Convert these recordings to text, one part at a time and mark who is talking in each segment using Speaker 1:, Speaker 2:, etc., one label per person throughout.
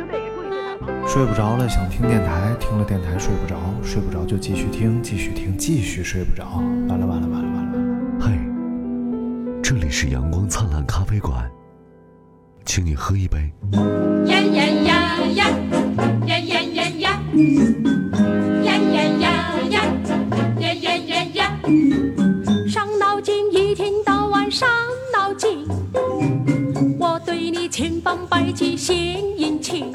Speaker 1: 球队也注意对他防守。
Speaker 2: 睡不着了，想听电台，听了电台睡不着，睡不着就继续听，继续听，继续睡不着。完了完了完了完了完了！
Speaker 3: 嗨，这里是阳光灿烂咖啡馆，请你喝一杯。
Speaker 4: 呀呀呀呀呀呀呀呀！呀呀呀呀呀呀呀呀！伤脑筋，一天到晚伤脑筋。我对你千方百计献殷勤。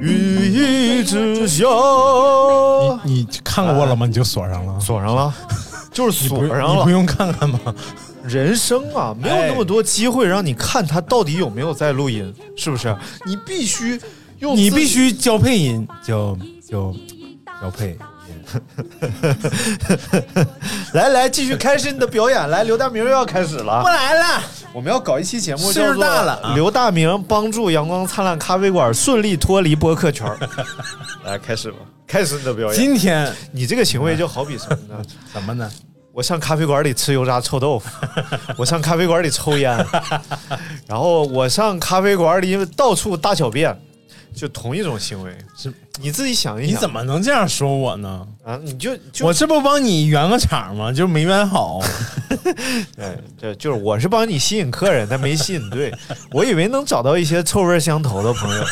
Speaker 5: 羽翼之下，
Speaker 6: 你看过我了吗？你就锁上了，
Speaker 5: 锁上了，就是
Speaker 6: 你不
Speaker 5: 锁
Speaker 6: 用
Speaker 5: 上
Speaker 6: 你不
Speaker 5: 了。
Speaker 6: 用看看吗？
Speaker 5: 人生啊，没有那么多机会让你看他到底有没有在录音，是不是？你必须用自己，
Speaker 6: 你必须交配音，就就交配。
Speaker 5: 来来，继续开始你的表演。来，刘大明又要开始了。
Speaker 6: 来了，
Speaker 5: 我们要搞一期节目，
Speaker 6: 岁
Speaker 5: 叫
Speaker 6: 数
Speaker 5: 做
Speaker 6: 大了啊
Speaker 5: 刘大明帮助阳光灿烂咖啡馆顺利脱离播客圈 儿。来，开始吧，开始你的表演。
Speaker 6: 今天
Speaker 5: 你这个行为就好比什么呢？
Speaker 6: 怎么呢？
Speaker 5: 我上咖啡馆里吃油炸臭豆腐， 我上咖啡馆里抽烟，然后我上咖啡馆里到处大小便，就同一种行为。
Speaker 6: 是
Speaker 5: 你自己想一想，
Speaker 6: 你怎么能这样说我呢？
Speaker 5: 啊？你就就
Speaker 6: 我这不帮你圆个场吗？ 就是没圆好，
Speaker 5: 对，这就是我是帮你吸引客人，但没吸引对。 我以为能找到一些臭味相投的朋友。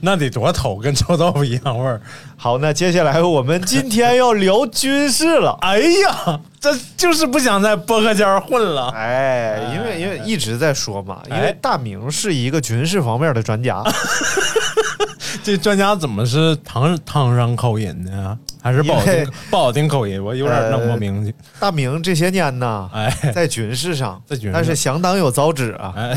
Speaker 6: 那得多头，跟臭豆腐一样味儿。
Speaker 5: 好，那接下来我们今天要聊军事了。
Speaker 6: 哎呀，这就是不想在播客间混了。
Speaker 5: 哎，因为因为一直在说嘛，因为
Speaker 6: 哎
Speaker 5: 大明是一个军事方面的专家，
Speaker 6: 这专家怎么是唐唐山口音呢？还是不好
Speaker 5: 因 为
Speaker 6: 听不好听口音？我有点弄不明白。
Speaker 5: 大明这些年呢，
Speaker 6: 哎
Speaker 5: 在军事上，
Speaker 6: 在军事
Speaker 5: 但是
Speaker 6: 上
Speaker 5: 相当有造诣啊，
Speaker 6: 哎，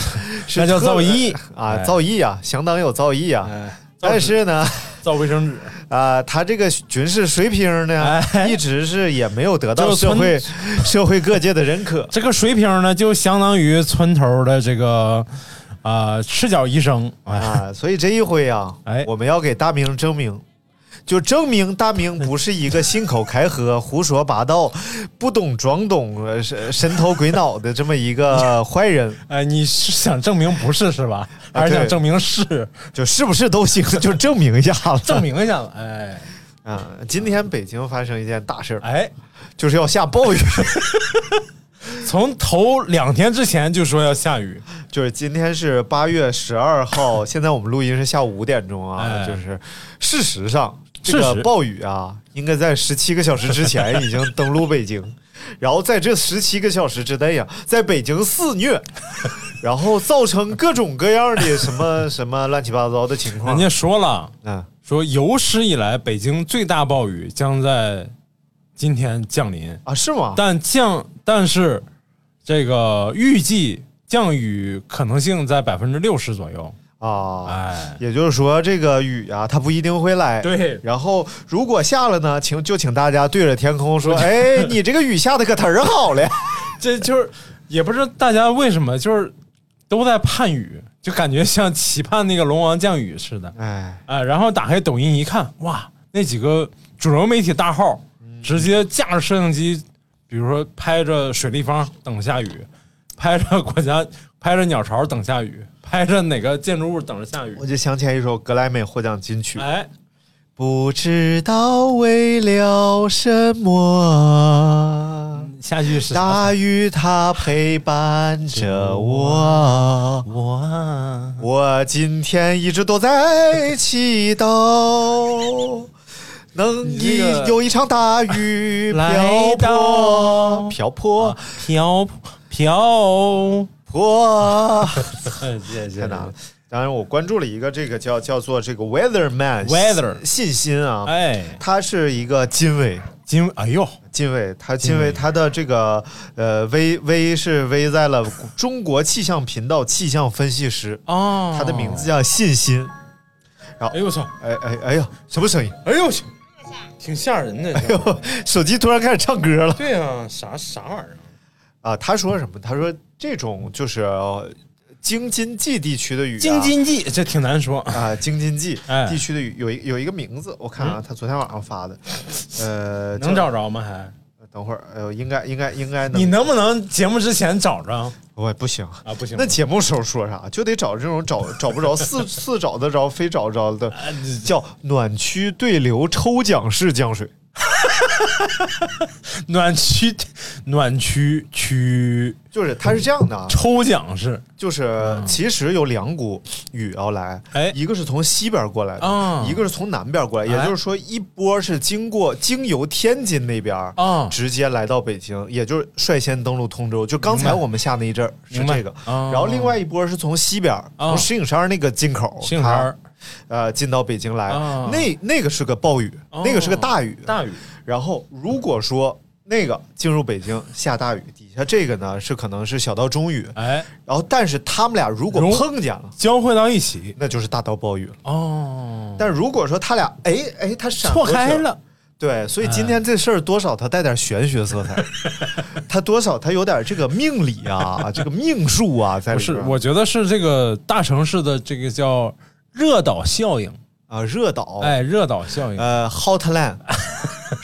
Speaker 5: 是
Speaker 6: 那叫
Speaker 5: 特
Speaker 6: 造
Speaker 5: 别
Speaker 6: 诣
Speaker 5: 啊，
Speaker 6: 哎
Speaker 5: 造诣啊，相当有造诣啊。
Speaker 6: 哎
Speaker 5: 但是呢，
Speaker 6: 造卫生纸，
Speaker 5: 啊，他这个军事水平呢，
Speaker 6: 哎
Speaker 5: 一直是也没有得到
Speaker 6: 就是
Speaker 5: 社
Speaker 6: 村
Speaker 5: 会 社会各界的认可。
Speaker 6: 这个水平呢，就相当于村头的这个啊、呃赤脚医生。哎，
Speaker 5: 啊，所以这一回啊，
Speaker 6: 哎
Speaker 5: 我们要给大明证明，就证明大明不是一个信口开河、胡说八道、 不懂装懂、呃神神头鬼脑的这么一个坏人，
Speaker 6: 哎，你是想证明不是是吧？
Speaker 5: 啊
Speaker 6: 还是想
Speaker 5: 对
Speaker 6: 证明是？
Speaker 5: 就是不是都行，就证明一下
Speaker 6: 证
Speaker 5: 了。
Speaker 6: 明一下吧。哎
Speaker 5: 啊，今天北京发生一件大事儿，
Speaker 6: 哎，
Speaker 5: 就是要下暴雨，
Speaker 6: 从头两天之前就说要下雨，
Speaker 5: 就是今天是八月十二号，现在我们录音是下午五点钟啊，
Speaker 6: 哎
Speaker 5: 就是事实上。这
Speaker 6: 事
Speaker 5: 个
Speaker 6: 实
Speaker 5: 暴雨啊，应该在十七个小时之前已经登陆北京， 然后在这十七个小时之内啊，在北京肆 虐，然后造成各种各样的什 么什么乱七八糟的情
Speaker 6: 人
Speaker 5: 况。
Speaker 6: 家说了，
Speaker 5: 嗯，
Speaker 6: 说有史以来北京最大暴雨将在今天降临，
Speaker 5: 啊，是吗？
Speaker 6: 但降但是这个预计降雨可能性在百分之六十左右。
Speaker 5: 啊，
Speaker 6: 哎，
Speaker 5: 也就是说这个雨啊，它不一定会来。
Speaker 6: 对
Speaker 5: 然后如果下了呢，请就请大家对着天空说：“哎，你这个雨下的可忒儿好了。”
Speaker 6: 这就是也不知道大家为什么就是都在盼雨，就感觉像期盼那个龙王降雨似的。
Speaker 5: 哎，
Speaker 6: 啊、然后打开抖音一看，哇，那几个主流媒体大号直接架着摄像机，比如说拍着水立方等下雨，拍着国家拍着鸟巢等下雨，拍着哪个建筑物等着下雨
Speaker 5: 我。就想起来一首格莱美获奖金曲，
Speaker 6: 哎，
Speaker 5: 不知道为了什么，
Speaker 6: 下句嗯是啥？
Speaker 5: 大雨它陪伴着我。
Speaker 6: 我啊
Speaker 5: 我今天一直都在祈 祷，能一
Speaker 6: 你这个
Speaker 5: 有一场大雨
Speaker 6: 来
Speaker 5: 瓢泼
Speaker 6: 到
Speaker 5: 瓢泼
Speaker 6: 飘飘，
Speaker 5: 泼。
Speaker 6: 谢谢
Speaker 5: 太难了。当然，我关注了一个这个叫叫做这个 Weatherman
Speaker 6: Weather
Speaker 5: 信心啊，
Speaker 6: 哎，
Speaker 5: 他是一个金卫，
Speaker 6: 今哎呦，
Speaker 5: 金卫，他金卫他的这个呃 V V 是 V 在了中国气象频道气象分析师，
Speaker 6: 哦，
Speaker 5: 他的名字叫信心。
Speaker 6: 哎呦我操，
Speaker 5: 哎哎哎呀，什么声音？
Speaker 6: 哎呦我去，
Speaker 4: 下
Speaker 7: 挺吓人
Speaker 6: 哎
Speaker 7: 的。这个
Speaker 5: 手机突然开始唱歌了
Speaker 7: 对啊，啥啥玩意儿？
Speaker 5: 啊！他说什么？他说这种就是呃京津冀地区的雨、啊，
Speaker 6: 京津冀这挺难说，
Speaker 5: 啊，京津冀
Speaker 6: 哎
Speaker 5: 地区的雨有一有一个名字，我看啊，他昨天晚上发的，呃，
Speaker 6: 能
Speaker 5: 叫
Speaker 6: 找着吗？还
Speaker 5: 等会儿，呃，应该应该应该能，
Speaker 6: 你能不能节目之前找着
Speaker 5: 我不行。
Speaker 6: 啊？不行，
Speaker 5: 那节目时候说啥，就得找这种找找不着、 似似找得着、非找着的，
Speaker 6: 哎
Speaker 5: 叫暖区对流抽奖式降水。
Speaker 6: 暖区 暖区区
Speaker 5: 就是它是这样的啊，
Speaker 6: 抽奖是
Speaker 5: 就是其实有两股雨要来，
Speaker 6: 哎
Speaker 5: 一个是从西边过来的
Speaker 6: 啊，
Speaker 5: 一个是从南边过来，
Speaker 6: 哎
Speaker 5: 也就是说一波是经过经由天津那边
Speaker 6: 啊
Speaker 5: 直接来到北京，也就是率先登陆通州。就刚才
Speaker 6: 明白
Speaker 5: 我们下那一阵儿是
Speaker 6: 明白
Speaker 5: 这个，
Speaker 6: 啊
Speaker 5: 然后另外一波是从西边从石景山那个进口，
Speaker 6: 杏桃儿
Speaker 5: 它呃进到北京来
Speaker 6: 啊，哦
Speaker 5: 那那个是个暴雨，那个是个大雨，
Speaker 6: 大雨
Speaker 5: 然后如果说那个进入北京下大雨，底下这个呢是可能是小到中雨，
Speaker 6: 哎
Speaker 5: 然后但是他们俩如果
Speaker 6: 融
Speaker 5: 碰见了，
Speaker 6: 交汇到一起
Speaker 5: 那就是大到暴雨了。
Speaker 6: 哦，
Speaker 5: 但如果说他俩哎哎他闪
Speaker 6: 错
Speaker 5: 过去
Speaker 6: 开，了，哎
Speaker 5: 对，所以今天这事儿多少它带点玄学色 彩，它多少它有点这个命理啊，这个命数啊在
Speaker 6: 不
Speaker 5: 里
Speaker 6: 是
Speaker 5: 边，儿
Speaker 6: 我觉得是这个大城市的这个叫热岛效应，
Speaker 5: 啊热岛
Speaker 6: 哎，热岛效应，
Speaker 5: 呃，Hotland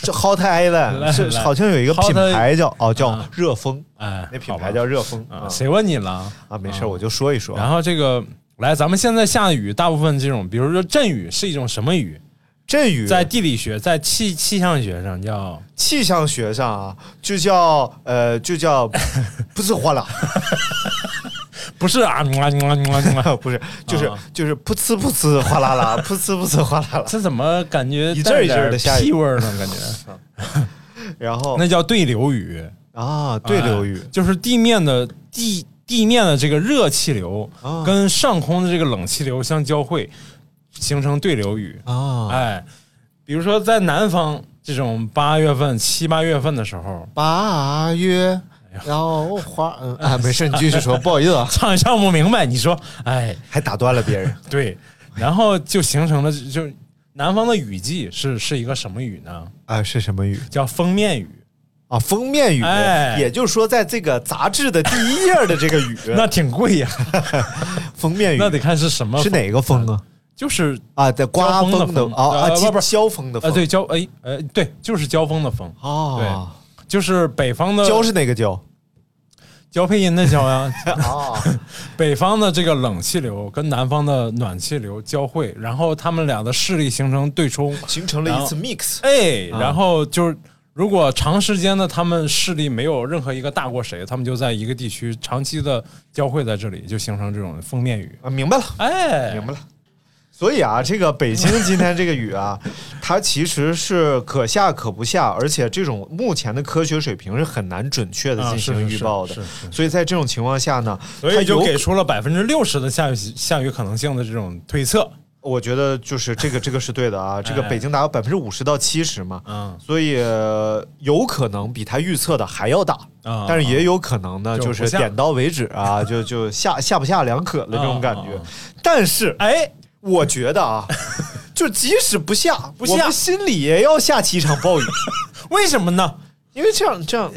Speaker 5: 是 Hot Island 是
Speaker 6: Hotland
Speaker 5: 好像有一个品
Speaker 6: Hot-
Speaker 5: 牌叫哦叫
Speaker 6: 啊
Speaker 5: 热风，
Speaker 6: 哎，
Speaker 5: 那品
Speaker 6: 好吧
Speaker 5: 牌叫热风
Speaker 6: 啊，
Speaker 5: 啊
Speaker 6: 谁问你了？
Speaker 5: 啊没事儿我就说一说啊
Speaker 6: 然。后这个来，咱们现在下雨，大部分这种，比如说阵雨是一种什么雨？
Speaker 5: 阵雨
Speaker 6: 在地理学，在气气象学上叫
Speaker 5: 气象学上啊，就叫呃，就 叫不是哗啦，
Speaker 6: 不是啊？嗯啊嗯啊嗯啊嗯啊
Speaker 5: 不是，就是、
Speaker 6: 啊
Speaker 5: 就是噗呲噗呲哗啦啦，噗呲噗呲哗啦 啦，
Speaker 6: 这怎么感觉
Speaker 5: 一阵儿一阵儿的
Speaker 6: 带点
Speaker 5: 下雨
Speaker 6: 屁味儿呢？感觉
Speaker 5: 然后
Speaker 6: 那叫对流雨，
Speaker 5: 啊，对流雨
Speaker 6: 哎，就是地面的地地面的这个热气流
Speaker 5: 啊
Speaker 6: 跟上空的这个冷气流相交汇，形成对流雨。
Speaker 5: 啊，
Speaker 6: 哎，比如说在南方这种八月份、七八月份的时候，
Speaker 5: 八月，
Speaker 6: 哎
Speaker 5: 然后花，嗯啊，没事，你继续说，不好意思啊，
Speaker 6: 唱也唱不明白，你说，哎，
Speaker 5: 还打断了别 人，
Speaker 6: 对，然后就形成了就就南方的雨季是是一个什么雨呢？
Speaker 5: 啊，是什么雨
Speaker 6: 叫封面雨。
Speaker 5: 啊？封面雨，
Speaker 6: 哎
Speaker 5: 也就是说，在这个杂志的第一页的这个雨，
Speaker 6: 那挺贵呀、
Speaker 5: 封面雨
Speaker 6: 那得看是什么风，
Speaker 5: 是哪个风啊？
Speaker 6: 就是
Speaker 5: 啊，在刮
Speaker 6: 交锋的
Speaker 5: 风的
Speaker 6: 风
Speaker 5: 啊啊，
Speaker 6: 呃不不
Speaker 5: 交风的
Speaker 6: 呃，
Speaker 5: 风，
Speaker 6: 对，交哎呃，对，就是交锋的风，
Speaker 5: 啊，
Speaker 6: 就是北方的
Speaker 5: 交是哪个交？
Speaker 6: 交配音的交呀、
Speaker 5: 啊，
Speaker 6: 北方的这个冷气流跟南方的暖气流交汇，然后他们俩的势力形成对冲，
Speaker 5: 形成了一次 mix
Speaker 6: 哎，然后就是如果长时间的他们势力没有任何一个大过谁，他们就在一个地区长期的交汇在这里，就形成这种封面雨。
Speaker 5: 啊，明白了，
Speaker 6: 哎，
Speaker 5: 明白了。所以啊，这个北京今天这个雨啊， 它其实是可下可不下，而且这种目前的科学水平是很难准确的
Speaker 6: 啊
Speaker 5: 进
Speaker 6: 是
Speaker 5: 行
Speaker 6: 是
Speaker 5: 预报的
Speaker 6: 是是。
Speaker 5: 所以在这种情况下呢，
Speaker 6: 所
Speaker 5: 它
Speaker 6: 以就
Speaker 5: 有
Speaker 6: 给
Speaker 5: 可
Speaker 6: 出了百分之六十的下雨下雨可能性的这种推测。
Speaker 5: 我觉得就是 这个这个是对的
Speaker 6: 哎
Speaker 5: 啊，这个北京达到百分之五十到七十嘛，
Speaker 6: 嗯
Speaker 5: 所以呃有可能比它预测的还要大。
Speaker 6: 啊，
Speaker 5: 但是也有可能呢，
Speaker 6: 就
Speaker 5: 就
Speaker 6: 不
Speaker 5: 是
Speaker 6: 下
Speaker 5: 点到为止 啊，就就下下不下两可的这种感觉
Speaker 6: 啊啊。
Speaker 5: 但是
Speaker 6: 哎，
Speaker 5: 我觉得 啊，就即使不下，
Speaker 6: 不下
Speaker 5: 我们心里也要下起一场 暴雨，
Speaker 6: 为什么呢？
Speaker 5: 因为这样这 样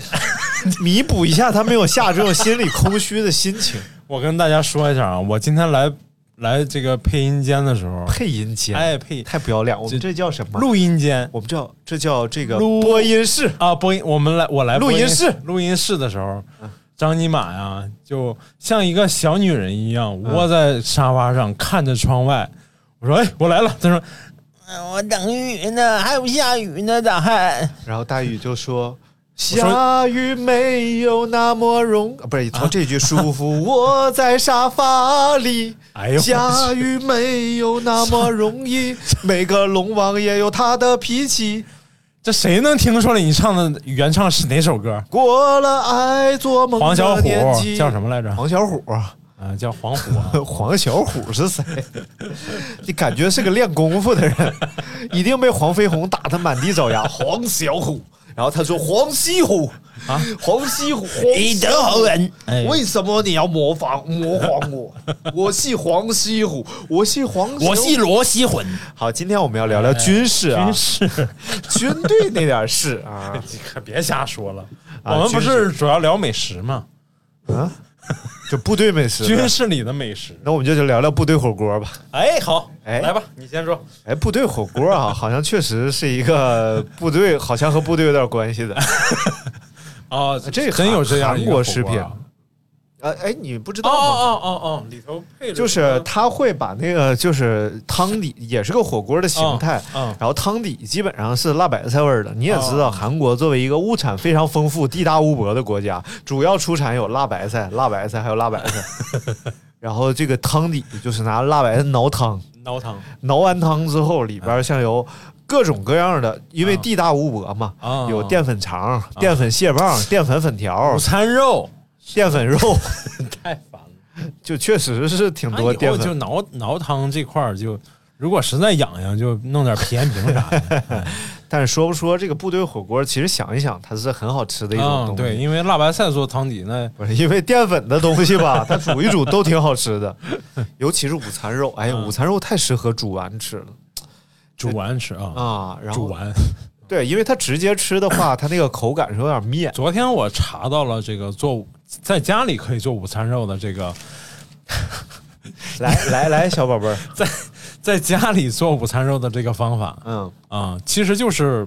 Speaker 5: 弥补一下他没有下这种心里空虚的心 情。
Speaker 6: 我跟大家说一下啊，我今天来来这个配音间的时候，
Speaker 5: 配音间，
Speaker 6: 哎配
Speaker 5: 太不要脸，我们
Speaker 6: 这
Speaker 5: 这叫什么？
Speaker 6: 录音间
Speaker 5: 我们叫这叫这个
Speaker 6: 录
Speaker 5: 播音室
Speaker 6: 啊，播音，我们来我来
Speaker 5: 录
Speaker 6: 播
Speaker 5: 音室
Speaker 6: 录音室嗯的时候，张尼玛呀，就像一个小女人一样窝在沙发上看着窗外。我说：“哎，我来了。”他说：“嗯我等雨呢，还不下雨呢，咋还
Speaker 5: 然后大宇就说。
Speaker 6: 我说
Speaker 5: 下雨没有那么容，啊、不是从这句舒服。我在沙发里，
Speaker 6: 哎呦我去
Speaker 5: 下雨没有那么容易。 每个龙王也有他的脾气，
Speaker 6: 这谁能听出来你唱的原唱是哪首歌？
Speaker 5: 过了爱做梦
Speaker 6: 黄
Speaker 5: 的
Speaker 6: 小虎
Speaker 5: 年纪
Speaker 6: 叫什么来着？
Speaker 5: 黄小虎，
Speaker 6: 啊，叫黄虎 啊。
Speaker 5: 黄小虎是谁？ 你感觉是个练功夫的人，一定被黄飞鸿打得满地找牙。黄小虎，然后他说黄西湖啊，黄西湖，
Speaker 7: 你德
Speaker 5: 好
Speaker 7: 国人哎
Speaker 5: 为什么你要模仿模仿 我？我是黄西湖，我是黄，
Speaker 7: 我是罗西混，
Speaker 5: 好，今天我们要聊聊军事啊，
Speaker 7: 是
Speaker 5: 军队那点事啊，
Speaker 6: 你可别瞎说了，
Speaker 5: 啊
Speaker 6: 我们不
Speaker 5: 军
Speaker 6: 是主要聊美食吗？
Speaker 5: 啊，这部队美食，
Speaker 6: 军事里的美食。
Speaker 5: 那我们就聊聊部队火锅吧。
Speaker 6: 哎，好，
Speaker 5: 哎
Speaker 6: 来吧，你先说。
Speaker 5: 哎，部队火锅啊，好像确实是一个部队，好像和部队有点关系的。
Speaker 6: 啊，
Speaker 5: 这
Speaker 6: 真有这样
Speaker 5: 韩
Speaker 6: 一
Speaker 5: 韩
Speaker 6: 个
Speaker 5: 国
Speaker 6: 火
Speaker 5: 食
Speaker 6: 锅
Speaker 5: 品
Speaker 6: 啊
Speaker 5: 呃，哎，你不知
Speaker 6: 哦
Speaker 5: 道吗？
Speaker 6: 哦哦哦，里头配着
Speaker 5: 就是他会把那个就是汤底也是个火锅的形态，
Speaker 6: 嗯嗯
Speaker 5: 然后汤底基本上是辣白菜味儿的。你也知
Speaker 6: 哦
Speaker 5: 道，韩国作为一个物产非常丰富、地大物博的国家，主要出产有辣白菜、辣白菜还有辣白菜。 然后这个汤底就是拿辣白菜熬汤，
Speaker 6: 嗯熬汤
Speaker 5: 熬完汤之后里边像有。各种各样的，因为
Speaker 6: 嗯
Speaker 5: 地大物博嘛，
Speaker 6: 啊
Speaker 5: 有淀粉肠、淀粉蟹棒、淀粉粉条
Speaker 6: 午、餐肉，
Speaker 5: 淀粉肉，
Speaker 6: 太烦了。
Speaker 5: 就确实是挺
Speaker 6: 那
Speaker 5: 多
Speaker 6: 以
Speaker 5: 淀
Speaker 6: 后
Speaker 5: 粉。
Speaker 6: 啊就熬熬汤这块儿，就如果实在痒痒，就弄点皮炎平啥 的。
Speaker 5: 但是说不说这个部队火锅，其实想一想，它是很好吃的一种
Speaker 6: 嗯，
Speaker 5: 东西。
Speaker 6: 对，因为辣白菜做汤底那
Speaker 5: 不是因为淀粉的东西吧， 它煮一煮都挺好吃的，尤其是午餐肉。哎呀，
Speaker 6: 啊
Speaker 5: 午餐肉太适合煮完吃了
Speaker 6: 煮完吃啊，
Speaker 5: 啊。然
Speaker 6: 煮
Speaker 5: 后
Speaker 6: 完。
Speaker 5: 对，因为它直接吃的话，它那个口感是有点面。
Speaker 6: 昨天我查到了这个做在家里可以做午餐肉的这个，
Speaker 5: 来来来，小宝贝儿，
Speaker 6: 在家里做午餐肉的这个方法
Speaker 5: 嗯
Speaker 6: 啊、其实就是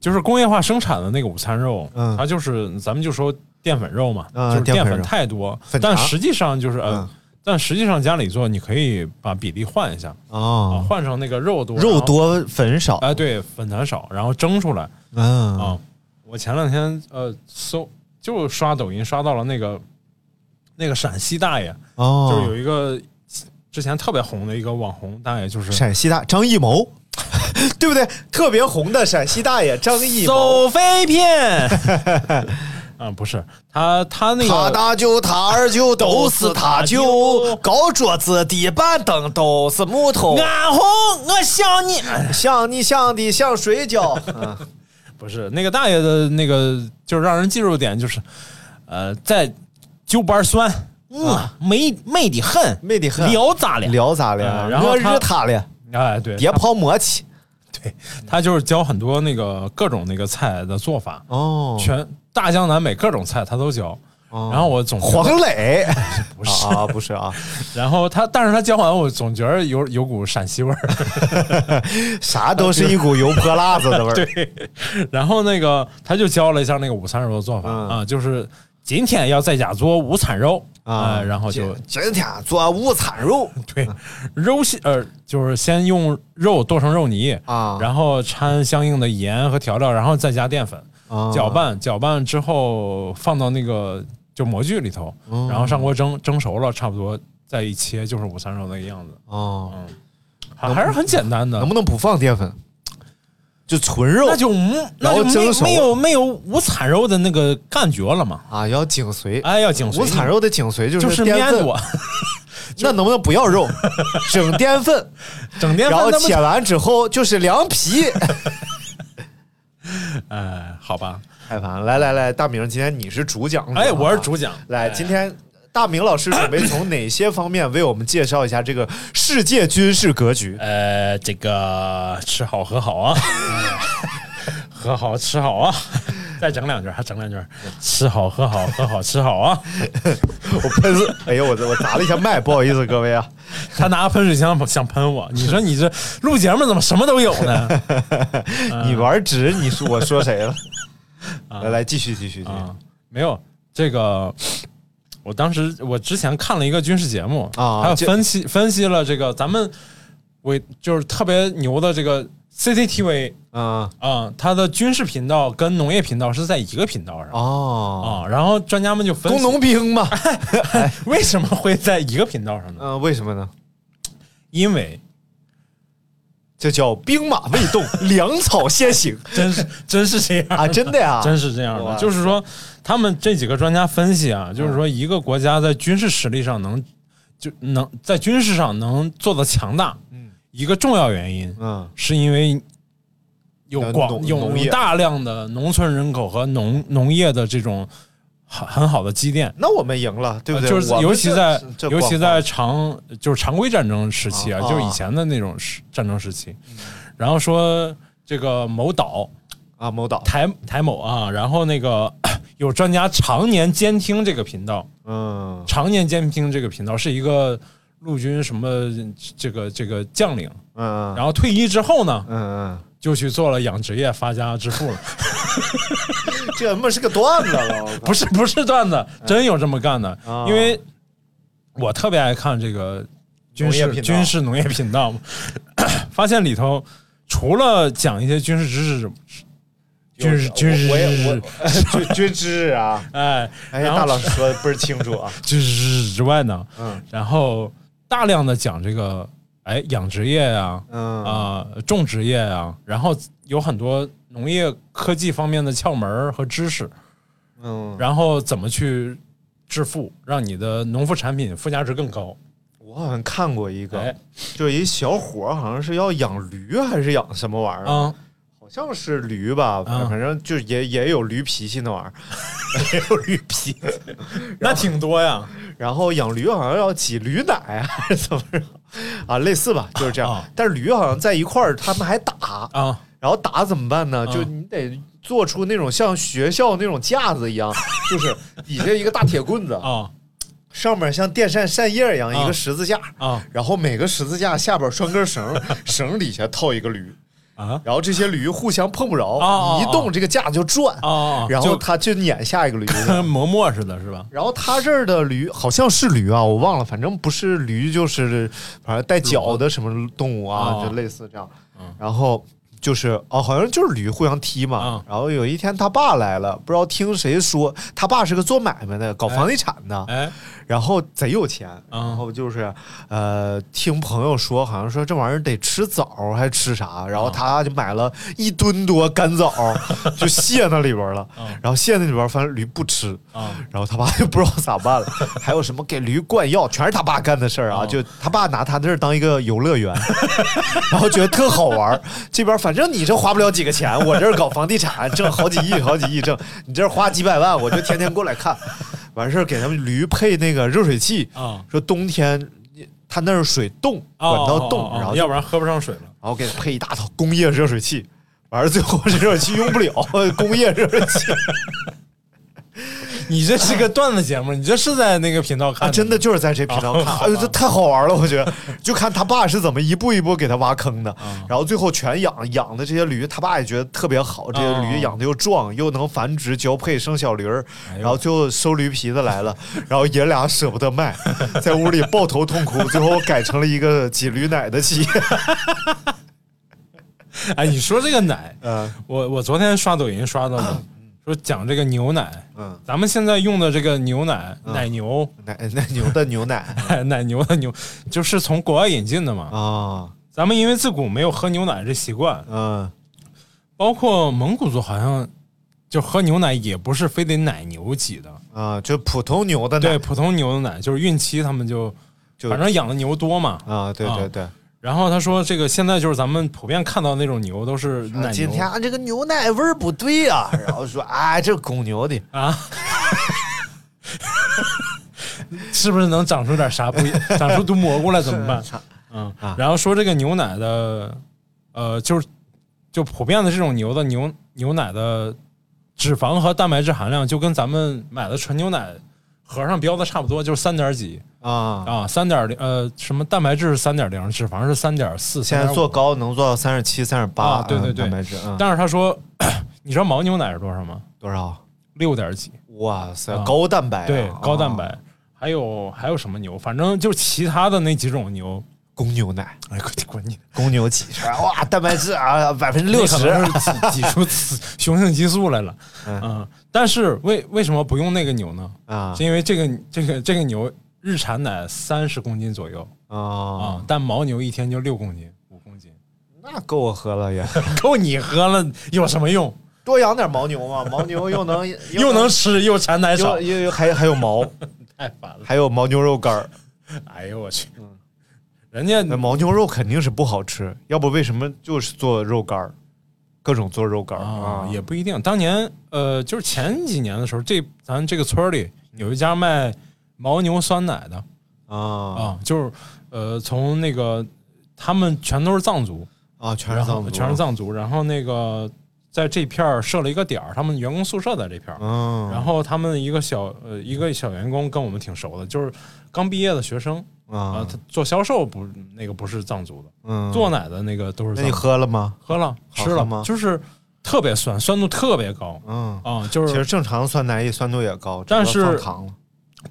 Speaker 6: 就是工业化生产的那个午餐肉，
Speaker 5: 嗯
Speaker 6: 它就是咱们就说淀粉肉嘛，
Speaker 5: 嗯
Speaker 6: 就是
Speaker 5: 淀
Speaker 6: 淀
Speaker 5: 粉
Speaker 6: 粉
Speaker 5: 肉
Speaker 6: 太多
Speaker 5: 粉，
Speaker 6: 但
Speaker 5: 肠
Speaker 6: 实际上就是呃。
Speaker 5: 嗯
Speaker 6: 但实际上家里做，你可以把比例换一下啊，
Speaker 5: 哦，
Speaker 6: 换成那个肉多，
Speaker 5: 肉
Speaker 6: 然后
Speaker 5: 多粉少。
Speaker 6: 哎，对，粉团少，然后蒸出来，
Speaker 5: 嗯
Speaker 6: 啊，我前两天呃搜就刷抖音刷到了那个那个陕西大爷，就
Speaker 5: 哦，
Speaker 6: 是有一个之前特别红的一个网红大爷，就是
Speaker 5: 陕西大张艺谋， 对不对？特别红的陕西大爷张艺谋，
Speaker 6: 走 飞片。啊，不是他，他那
Speaker 5: 塔
Speaker 6: 个
Speaker 5: 搭就塔儿就都是塔就，高桌子地板凳都是木头。
Speaker 6: 俺红，我想你。哎
Speaker 5: 像你像的像水 饺，嗯
Speaker 6: 不是那个大爷的那个，就是让人记住的点就是，呃，在酒吧酸，嗯，美美的很，
Speaker 5: 美得很
Speaker 6: 聊咋了？
Speaker 5: 聊咋了？
Speaker 6: 嗯然后
Speaker 5: 我
Speaker 6: 他
Speaker 5: 日他了，
Speaker 6: 哎，对，
Speaker 5: 别泡馍去。
Speaker 6: 他就是教很多那个各种那个菜的做法，
Speaker 5: 哦
Speaker 6: 全大江南北各种菜他都教。然后我总觉得
Speaker 5: 黄磊
Speaker 6: 不是，
Speaker 5: 啊，不是啊，
Speaker 6: 然后他，但是他教完我总觉得有有股陕西味儿。
Speaker 5: 啥都是一股油泼辣子的味儿。
Speaker 6: 对，然后那个他就教了一下那个午餐肉的做法
Speaker 5: 嗯
Speaker 6: 啊，就是今天要在家做午餐肉啊，然后就
Speaker 5: 今今天做午餐肉
Speaker 6: 对肉馅呃，就是先用肉剁成肉泥
Speaker 5: 啊
Speaker 6: 然后掺相应的盐和调料，然后再加淀粉。
Speaker 5: 啊
Speaker 6: 搅拌，搅拌之后放到那个就模具里头，
Speaker 5: 嗯
Speaker 6: 然后上锅蒸，蒸熟了差不多再一切，就是午餐肉那个样子，
Speaker 5: 哦，
Speaker 6: 嗯还还是很简单的
Speaker 5: 能。不能不放淀粉？就纯肉
Speaker 6: 那就嗯，那
Speaker 5: 然后蒸
Speaker 6: 就
Speaker 5: 熟
Speaker 6: 没没有没有午餐肉的那个感觉了嘛？
Speaker 5: 啊，要紧随。
Speaker 6: 哎，要紧随
Speaker 5: 午餐肉的紧随就
Speaker 6: 就是是
Speaker 5: 淀
Speaker 6: 面
Speaker 5: 粉，
Speaker 6: 多，
Speaker 5: 那能不能不要 肉，整淀粉？
Speaker 6: 整天
Speaker 5: 然后
Speaker 6: 饭那么
Speaker 5: 切完之后就是凉皮。
Speaker 6: 哎，好吧，
Speaker 5: 太烦了！来来来，大明，今天你是主讲者
Speaker 6: 哎，
Speaker 5: 好吧
Speaker 6: 我是主讲，哎
Speaker 5: 来，今天大明老师准备从哪些方面为我们介绍一下这个世界军事格 局？
Speaker 6: 呃，这个吃好喝好 啊，喝好吃好啊，再整两句，还整两句，吃好喝 好喝好吃好啊。
Speaker 5: 我喷死！哎呦，我我砸了一下麦，不好意思各位啊。
Speaker 6: 他拿喷水枪想喷我，你说你这录节目怎么什么都有呢？
Speaker 5: 你玩直，你说我说谁了？来来，继续继续继续。
Speaker 6: 啊， 没有这个，我当时我之前看了一个军事节目
Speaker 5: 啊
Speaker 6: 还有
Speaker 5: 这
Speaker 6: 分析分析了这个咱们我就是特别牛的这个 CCTV
Speaker 5: 嗯，
Speaker 6: 啊、它的军事频道跟农业频道是在一个频道上。
Speaker 5: 哦，
Speaker 6: 啊、然后专家们就分
Speaker 5: 工
Speaker 6: 析
Speaker 5: 农兵嘛。
Speaker 6: 为什么会在一个频道上呢？
Speaker 5: 嗯，为什么呢？
Speaker 6: 因为
Speaker 5: 这叫兵马未动， 粮草先行
Speaker 6: 真是真是这样
Speaker 5: 啊！真的呀，
Speaker 6: 真是这样
Speaker 5: 哇嗯
Speaker 6: 的，就是说，他们这几个专家分析啊，就是说，一个国家在军事实力上能就能在军事上能做到强大，
Speaker 5: 嗯
Speaker 6: 一个重要原因
Speaker 5: 嗯
Speaker 6: 是因为有
Speaker 5: 呃
Speaker 6: 广
Speaker 5: 农
Speaker 6: 有
Speaker 5: 农业
Speaker 6: 大量的农村人口和农农业的这种很很好的积淀，
Speaker 5: 那我们赢了，对不对？
Speaker 6: 呃啊就是
Speaker 5: 我们
Speaker 6: 尤其
Speaker 5: 这
Speaker 6: 在
Speaker 5: 这
Speaker 6: 尤
Speaker 5: 广
Speaker 6: 其
Speaker 5: 泛
Speaker 6: 在常就是常规战争时期啊，
Speaker 5: 啊嗯
Speaker 6: 就是以前的那种时战争时期，然后说这个某岛
Speaker 5: 啊某岛，
Speaker 6: 台台某啊，然后那个有专家常年监听这个频道，
Speaker 5: 嗯
Speaker 6: 常年监听这个频道是一个陆军什么这个这个将领，
Speaker 5: 嗯，
Speaker 6: 然后退役之后呢，
Speaker 5: 嗯
Speaker 6: 就去做了养殖业发家致富了，
Speaker 5: 嗯，这他妈是个段子了，我靠
Speaker 6: 不是不是段子，真有这么干的，
Speaker 5: 啊
Speaker 6: 因为我特别爱看这个军
Speaker 5: 农业
Speaker 6: 事
Speaker 5: 频道
Speaker 6: 军事农业频道嘛， 发现里头除了讲一些军事知识，
Speaker 5: 有
Speaker 6: 军事军事
Speaker 5: 我
Speaker 6: 知
Speaker 5: 也
Speaker 6: 识，
Speaker 5: 我 军军知啊，
Speaker 6: 哎，
Speaker 5: 哎
Speaker 6: 然
Speaker 5: 呀，
Speaker 6: 后
Speaker 5: 大老师说的倍儿清楚啊，
Speaker 6: 军事知识之外呢，
Speaker 5: 嗯
Speaker 6: 然后大量的讲这个哎养殖业啊
Speaker 5: 嗯
Speaker 6: 啊、种植业啊，然后有很多农业科技方面的窍门儿和知识，
Speaker 5: 嗯，
Speaker 6: 然后怎么去致富，让你的农副产品附加值更高。
Speaker 5: 我好像看过一
Speaker 6: 哎
Speaker 5: 个，就一小伙儿好像是要养驴还是养什么玩意儿，
Speaker 6: 啊、
Speaker 5: 好像是驴吧，
Speaker 6: 嗯
Speaker 5: 反正就也也有驴脾气那玩意儿， 也有驴脾气，
Speaker 6: 那挺多呀。
Speaker 5: 然后养驴好像要挤驴奶还是怎么着啊，类似吧，就是这样
Speaker 6: 啊。
Speaker 5: 但是驴好像在一块儿，他们还打，
Speaker 6: 啊，
Speaker 5: 然后打怎么办呢？
Speaker 6: 啊
Speaker 5: 就你得做出那种像学校那种架子一样，就是底下一个大铁棍子，
Speaker 6: 啊
Speaker 5: 上面像电扇扇叶一样
Speaker 6: 啊
Speaker 5: 一个十字架，
Speaker 6: 啊
Speaker 5: 然后每个十字架下边拴根绳，绳底下套一个驴，
Speaker 6: 啊
Speaker 5: 然后这些驴互相碰不着，
Speaker 6: 啊啊
Speaker 5: 你一动这个架就转，
Speaker 6: 啊！
Speaker 5: 然后
Speaker 6: 就
Speaker 5: 它就撵下一个驴。
Speaker 6: 跟磨墨似的，是吧？
Speaker 5: 然后他这儿的驴好像是驴啊，我忘了，反正不是驴就是反正带脚的什么动物啊，
Speaker 6: 哦
Speaker 5: 就类似这样
Speaker 6: 嗯。
Speaker 5: 然后就是哦，好像就是驴互相踢嘛
Speaker 6: 嗯。
Speaker 5: 然后有一天他爸来了，不知道听谁说，他爸是个做买卖的，搞房地产的，
Speaker 6: 哎，
Speaker 5: 然后贼有钱。
Speaker 6: 嗯
Speaker 5: 然后就是呃，听朋友说，好像说这玩意儿得吃枣还吃啥，然后他就买了一吨多干枣，就卸那里边了
Speaker 6: 嗯。
Speaker 5: 然后卸那里边，反正驴不吃。
Speaker 6: 啊
Speaker 5: 然后他爸就不知道咋办了，还有什么给驴灌药，全是他爸干的事儿啊！
Speaker 6: 哦
Speaker 5: 就他爸拿他那儿当一个游乐园，然后觉得特好玩儿。这边反正你这花不了几个钱，我这儿搞房地产挣好几亿，好几亿挣，你这儿花几百万，我就天天过来看。完事儿给他们驴配那个热水器，
Speaker 6: 啊！
Speaker 5: 说冬天他那儿水冻，管
Speaker 6: 哦
Speaker 5: 道
Speaker 6: 哦
Speaker 5: 冻，
Speaker 6: 哦哦
Speaker 5: 然后就
Speaker 6: 要不然喝不上水了。
Speaker 5: 然后给他配一大套工业热水器，完事儿最后这热水器用不了，工业热水器。
Speaker 6: 你这是个段子节目，你这是在那个频道看
Speaker 5: 啊，真的就是在这频道看，哎呦，这太好玩了，我觉得，就看他爸是怎么一步一步给他挖坑的，
Speaker 6: 啊
Speaker 5: 然后最后全养养的这些驴，他爸也觉得特别好，这些
Speaker 6: 哦
Speaker 5: 驴养的又壮，又能繁殖交配生小驴儿，
Speaker 6: 哎呦
Speaker 5: 然后最后收驴皮的来了，然后爷俩舍不得卖，在屋里抱头痛哭，最后改成了一个挤驴奶的企业，
Speaker 6: 哎，你说这个奶，
Speaker 5: 嗯
Speaker 6: 我我昨天刷抖音刷到的，说讲这个牛奶，
Speaker 5: 嗯，
Speaker 6: 咱们现在用的这个牛奶，奶牛， 哎
Speaker 5: 奶奶牛的牛奶
Speaker 6: 奶牛的牛，就是从国外引进的嘛。
Speaker 5: 啊，
Speaker 6: 咱们因为自古没有喝牛奶这习惯，
Speaker 5: 嗯
Speaker 6: 包括蒙古族好像就喝牛奶也不是非得奶牛挤的，
Speaker 5: 啊，就普通牛的
Speaker 6: 对，
Speaker 5: 奶，
Speaker 6: 普通牛的奶就是孕期他们就
Speaker 5: 就
Speaker 6: 反正养的牛多嘛。
Speaker 5: 啊，对
Speaker 6: 啊
Speaker 5: 对对。
Speaker 6: 然后他说这个现在就是咱们普遍看到那种牛都是奶牛。
Speaker 5: 今天啊这个牛奶味儿不对呀、然后说啊，这公牛的，
Speaker 6: 啊，是不是能长出点啥不一？长出毒蘑菇来怎么办？嗯
Speaker 5: 啊，
Speaker 6: 然后说这个牛奶的，呃，就是就普遍的这种牛的牛牛奶的脂肪和蛋白质含量，就跟咱们买的纯牛奶盒上标的差不多，就是三点几
Speaker 5: 啊，
Speaker 6: 啊，三点零呃，什么蛋白质是三点零，脂肪是三点啊四，
Speaker 5: 现在做
Speaker 6: 3.5。
Speaker 5: 高能做到三十七、三十八
Speaker 6: 啊，对对
Speaker 5: 嗯
Speaker 6: 对
Speaker 5: 蛋白质，嗯，
Speaker 6: 但是他说， 你知道牦牛奶是多少吗？
Speaker 5: 多少？
Speaker 6: 六点几。
Speaker 5: 哇塞，
Speaker 6: 啊
Speaker 5: 高蛋白啊、
Speaker 6: 对，高蛋白，
Speaker 5: 啊
Speaker 6: 还有还有什么牛？反正就其他的那几种牛，
Speaker 5: 公牛奶，
Speaker 6: 哎，滚滚你！
Speaker 5: 公牛挤出来， 哇，蛋白质啊，百分之六十，
Speaker 6: 那可能是挤挤出雌 雄性激素来了。
Speaker 5: 嗯
Speaker 6: 嗯，但是为为什么不用那个牛呢？
Speaker 5: 啊
Speaker 6: 是因为这个这个这个牛日产奶三十公斤左右
Speaker 5: 啊
Speaker 6: 啊，，但牦牛一天就六公斤、五公斤，
Speaker 5: 那够我喝了也，
Speaker 6: 够你喝了有什么用？
Speaker 5: 多养点牦牛嘛，牦牛又 能
Speaker 6: 又能吃又产奶少
Speaker 5: 又，又又还还有毛，
Speaker 6: 太烦了！
Speaker 5: 还有牦牛肉干儿，哎
Speaker 6: 哎呦我去，
Speaker 5: 嗯
Speaker 6: 人家
Speaker 5: 那牦牛肉肯定是不好吃，要不为什么就是做肉干儿？各种做肉干儿
Speaker 6: 啊，也不一定。当年呃，就是前几年的时候，这咱这个村儿里有一家卖牦牛酸奶的
Speaker 5: 啊
Speaker 6: 啊，就是呃，从那个他们全都是藏族，
Speaker 5: 啊，全
Speaker 6: 然
Speaker 5: 是
Speaker 6: 后
Speaker 5: 藏族，
Speaker 6: 全是，藏族，然后那个在这片儿设了一个点儿，他们员工宿舍在这片儿。
Speaker 5: 嗯，
Speaker 6: 然后他们一个小呃一个小员工跟我们挺熟的，就是刚毕业的学生啊、
Speaker 5: 啊
Speaker 6: 他，做销售不那个不是藏族的，
Speaker 5: 嗯，
Speaker 6: 做奶的那个都是
Speaker 5: 那
Speaker 6: 藏
Speaker 5: 你
Speaker 6: 族
Speaker 5: 喝了吗？
Speaker 6: 喝了
Speaker 5: 好
Speaker 6: 吃
Speaker 5: 喝
Speaker 6: 了
Speaker 5: 吗
Speaker 6: 就是特别酸，酸度特别高
Speaker 5: 嗯，
Speaker 6: 啊、就
Speaker 5: 其实
Speaker 6: 是
Speaker 5: 正常酸奶也酸度也高，
Speaker 6: 但
Speaker 5: 只不过
Speaker 6: 是
Speaker 5: 放糖了，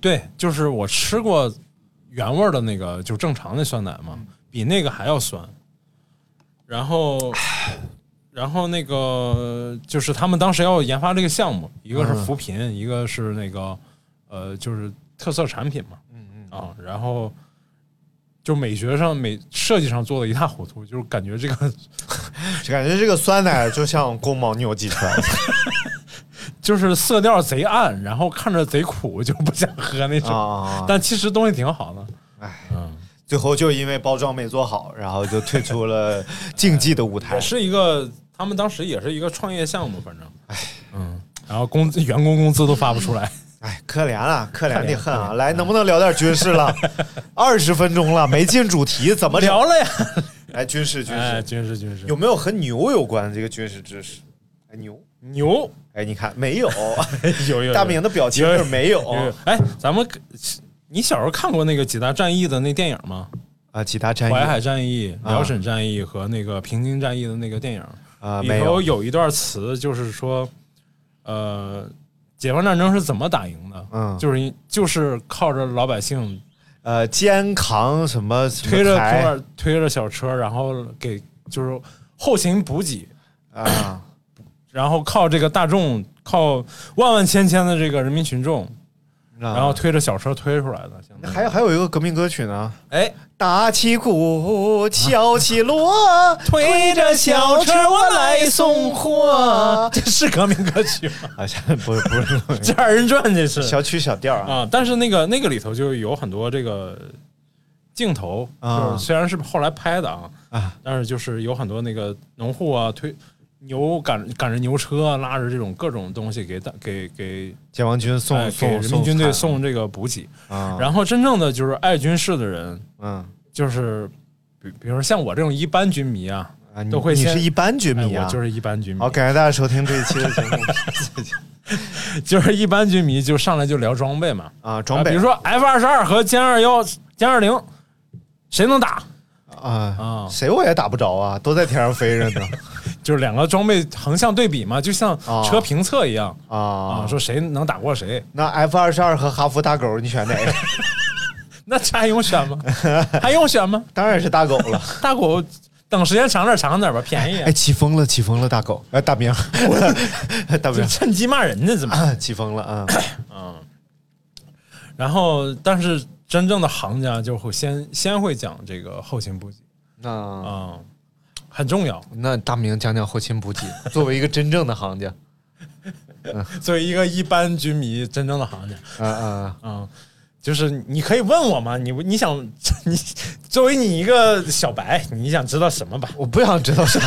Speaker 6: 对，就是我吃过原味儿的那个，就正常的酸奶嘛，比那个还要酸。然后，然后那个就是他们当时要研发这个项目，一个是
Speaker 5: 嗯
Speaker 6: 扶贫，一个是那个呃，就是特色产品嘛。
Speaker 5: 嗯嗯
Speaker 6: 啊，然后就美学上、美设计上做的一塌糊涂，就是感觉这个
Speaker 5: 就感觉这个酸奶就像公牦牛挤出来的，
Speaker 6: 就是色调贼暗，然后看着贼苦，就不想喝那种。
Speaker 5: 啊，
Speaker 6: 但其实东西挺好的。
Speaker 5: 最后就因为包装没做好，然后就退出了竞技的舞台
Speaker 6: 也。是一个，他们当时也是一个创业项目，反正，哎，嗯，然后工资员工工资都发不出 来，
Speaker 5: 哎，可怜啊，可怜的很
Speaker 6: 可嗯
Speaker 5: 啊！来，能不能聊点军事了？二十分钟了，没进主题，怎么整？
Speaker 6: 了呀？
Speaker 5: 来，军事，军
Speaker 6: 哎，
Speaker 5: 事，
Speaker 6: 军事军事
Speaker 5: 有没有和牛有关的这个军事知识？哎，牛，
Speaker 6: 牛，
Speaker 5: 哎，你看没有？
Speaker 6: 有有
Speaker 5: 大哦明的表情就是没有
Speaker 6: 有有哎，咱们你小时候看过那个几大战役的那电影吗？
Speaker 5: 啊，其他战役
Speaker 6: 淮海战役、
Speaker 5: 啊
Speaker 6: 辽沈战役和那个平津战役的那个电影
Speaker 5: 啊，
Speaker 6: 里
Speaker 5: 没
Speaker 6: 头
Speaker 5: 有
Speaker 6: 有一段词，就是说，呃，解放战争是怎么打赢的？
Speaker 5: 嗯
Speaker 6: 就是因就是靠着老百姓
Speaker 5: 呃，肩扛什么什么
Speaker 6: 推着
Speaker 5: 台
Speaker 6: 拖着推着小车，然后给就是后勤补给，
Speaker 5: 啊，
Speaker 6: 然后靠这个大众，靠万万千千的这个人民群众，
Speaker 5: 然
Speaker 6: 然后推着小车推出来的。相当于
Speaker 5: 还有还有一个革命歌曲呢，
Speaker 6: 哎，
Speaker 5: 打起鼓，敲起锣，
Speaker 6: 推着小车我来送
Speaker 5: 货。
Speaker 6: 这是革命歌曲吗？
Speaker 5: 啊，不是不是不
Speaker 6: 这
Speaker 5: 是，
Speaker 6: 二人转这是
Speaker 5: 小曲小调啊，
Speaker 6: 啊，但是那个那个里头就有很多这个镜头，
Speaker 5: 啊
Speaker 6: 就是虽然是后来拍的啊，
Speaker 5: 啊
Speaker 6: 但是就是有很多那个农户啊推。牛赶赶着牛车啊，拉着这种各种东西给大给给
Speaker 5: 解放军
Speaker 6: 哎
Speaker 5: 送
Speaker 6: 给
Speaker 5: 送
Speaker 6: 人民军队
Speaker 5: 送
Speaker 6: 送这个补给。
Speaker 5: 餐啊，
Speaker 6: 然后真正的就是爱军事的人，
Speaker 5: 嗯
Speaker 6: 就是比比如说像我这种一般军迷啊，
Speaker 5: 啊，你
Speaker 6: 都会
Speaker 5: 你
Speaker 6: 先
Speaker 5: 是一般军迷
Speaker 6: 哎
Speaker 5: 啊
Speaker 6: 我，就是一般军迷
Speaker 5: 好，感谢大家收听这一期的节目
Speaker 6: 就是一般军迷就上来就聊装备嘛，
Speaker 5: 啊，装
Speaker 6: 啊
Speaker 5: 备
Speaker 6: 比如说 F 二十二和歼二幺、歼二零，谁能打
Speaker 5: 啊
Speaker 6: 啊，
Speaker 5: 谁我也打不着啊，都在天上飞着 呢
Speaker 6: 就是两个装备横向对比嘛，就像
Speaker 5: 啊
Speaker 6: 车评测一样
Speaker 5: 啊
Speaker 6: 啊，。说谁能打过谁，
Speaker 5: 那 F 二十二和哈弗大狗，你选哪个？
Speaker 6: 那这还用选吗？ 还用选吗？
Speaker 5: 当然是大狗 了。
Speaker 6: 大狗等时间长点儿长点儿吧，便宜啊
Speaker 5: 哎，，起风了，起风了，大狗，哎，大 明， 大
Speaker 6: 就
Speaker 5: 明，
Speaker 6: 趁机骂人呢，怎么？
Speaker 5: 啊，起风了啊。
Speaker 6: 然后，但是真正的行家就会先先会讲这个后勤补给
Speaker 5: 那
Speaker 6: 啊、很重要。
Speaker 5: 那大明讲讲后勤补给，作为一个真正的行家，
Speaker 6: 作为一个一般军迷，真正的行家
Speaker 5: 啊啊，
Speaker 6: 啊、就是你可以问我嘛，你你想 你作为你一个小白，你想知道什么吧？
Speaker 5: 我不想知道啥，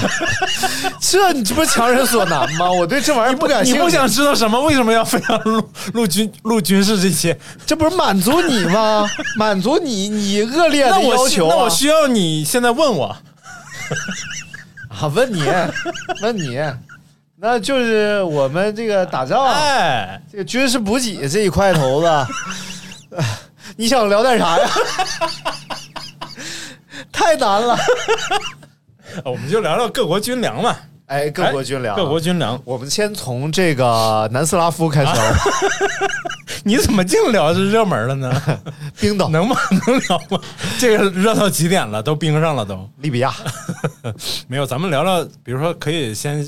Speaker 5: 这你这不是强人所难吗？我对这玩意儿不感
Speaker 6: 你
Speaker 5: 兴趣，
Speaker 6: 不想知道什么？为什么要非要录 录军录军事这些？
Speaker 5: 这不是满足你吗？满足你你恶劣
Speaker 6: 那
Speaker 5: 的
Speaker 6: 我
Speaker 5: 要
Speaker 6: 需
Speaker 5: 求
Speaker 6: 那
Speaker 5: 啊
Speaker 6: 我需要你现在问我，
Speaker 5: 啊！问你，问你，那就是我们这个打仗，
Speaker 6: 哎，
Speaker 5: 这个军事补给这一块头子，啊你想聊点啥呀？ 太难了，
Speaker 6: 哦我们就聊聊各国军粮嘛，
Speaker 5: 哎，各国军粮，
Speaker 6: 哎各国军粮。
Speaker 5: 我们先从这个南斯拉夫开始聊，
Speaker 6: 啊你怎么净聊这热门了 呢？
Speaker 5: 冰岛、
Speaker 6: 能吗？ 能聊吗？这个热到极点了，都冰上了都。
Speaker 5: 利比亚
Speaker 6: 没有，咱们聊聊，比如说可以先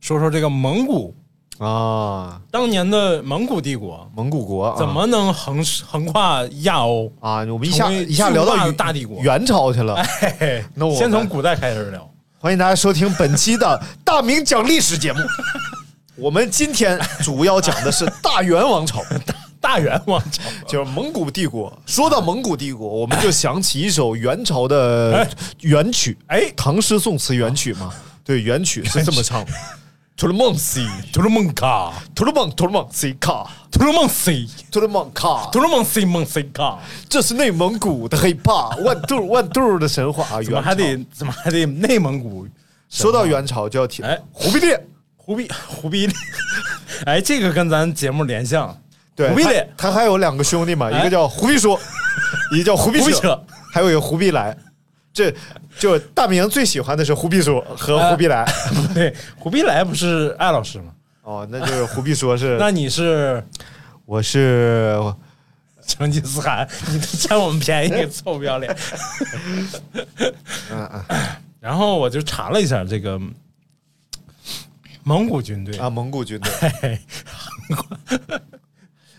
Speaker 6: 说说这个蒙古
Speaker 5: 啊，
Speaker 6: 当年的蒙古帝国
Speaker 5: 蒙古国啊
Speaker 6: 怎么能横横跨亚欧？
Speaker 5: 啊？我们一下
Speaker 6: 成为
Speaker 5: 一下聊
Speaker 6: 巨大
Speaker 5: 到
Speaker 6: 的
Speaker 5: 元
Speaker 6: 大帝国
Speaker 5: 元朝去了。
Speaker 6: 嘿嘿
Speaker 5: 那我
Speaker 6: 先从古代开始聊。
Speaker 5: 欢迎大家收听本期的《大明讲历史》 节目。我们今天主要讲的是大元王朝，
Speaker 6: 大元王朝，
Speaker 5: 就是蒙古帝国。说到蒙古帝国，我们就想起一首元朝的元曲，
Speaker 6: 哎
Speaker 5: 唐诗宋词元曲嘛。对，原曲是这么 唱的：To the moon see，
Speaker 6: 图鲁蒙卡，
Speaker 5: to the moon，to the moon see car，
Speaker 6: 图鲁蒙 C，
Speaker 5: to the moon car。
Speaker 6: 图鲁蒙 C 蒙 C 卡，
Speaker 5: 这是内蒙古的黑 怕，万度万度的神话。啊
Speaker 6: 怎么还
Speaker 5: 元
Speaker 6: 得怎么还得内蒙古？
Speaker 5: 朝说到元朝就要提
Speaker 6: 哎
Speaker 5: 忽必烈，
Speaker 6: 忽必忽必烈， 哎，这个跟咱节目连像，
Speaker 5: 对，
Speaker 6: 忽必烈
Speaker 5: 他他还有两个兄弟嘛，
Speaker 6: 哎
Speaker 5: 一个叫忽必 说，一个叫忽必
Speaker 6: 忽必扯
Speaker 5: 还有一个忽必来。这就大明最喜欢的是忽必说
Speaker 6: 哎
Speaker 5: 和忽必 来。
Speaker 6: 不对，忽必来不是艾老师吗？
Speaker 5: 哦，那就是忽必说是，
Speaker 6: 那你是
Speaker 5: 我是
Speaker 6: 成吉思汗， 你占我们便宜，臭不 要脸。
Speaker 5: 啊
Speaker 6: 然后我就查了一下这个蒙古军队， 哎
Speaker 5: 啊蒙古军队，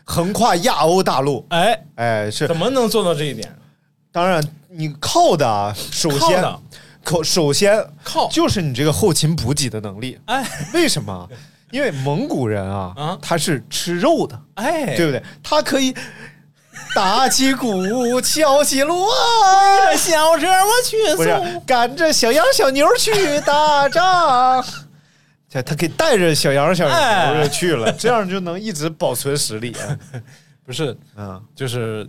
Speaker 5: 横跨亚欧大陆。
Speaker 6: 哎，
Speaker 5: 哎，是
Speaker 6: 怎么能做到这一点？
Speaker 5: 当然你靠的啊，首
Speaker 6: 靠
Speaker 5: 先
Speaker 6: 的
Speaker 5: 靠首先
Speaker 6: 靠
Speaker 5: 就是你这个后勤补给的能力。
Speaker 6: 哎
Speaker 5: 为什么？因为蒙古人啊，
Speaker 6: 啊
Speaker 5: 他是吃肉的，
Speaker 6: 哎，
Speaker 5: 对不对？他可以打起鼓，敲起锣，
Speaker 6: 小车我去
Speaker 5: 不是赶着小羊小牛去打仗。他他可以带着小羊小牛
Speaker 6: 哎
Speaker 5: 就去了，这样就能一直保存实力。
Speaker 6: 不是，
Speaker 5: 嗯，
Speaker 6: 就是，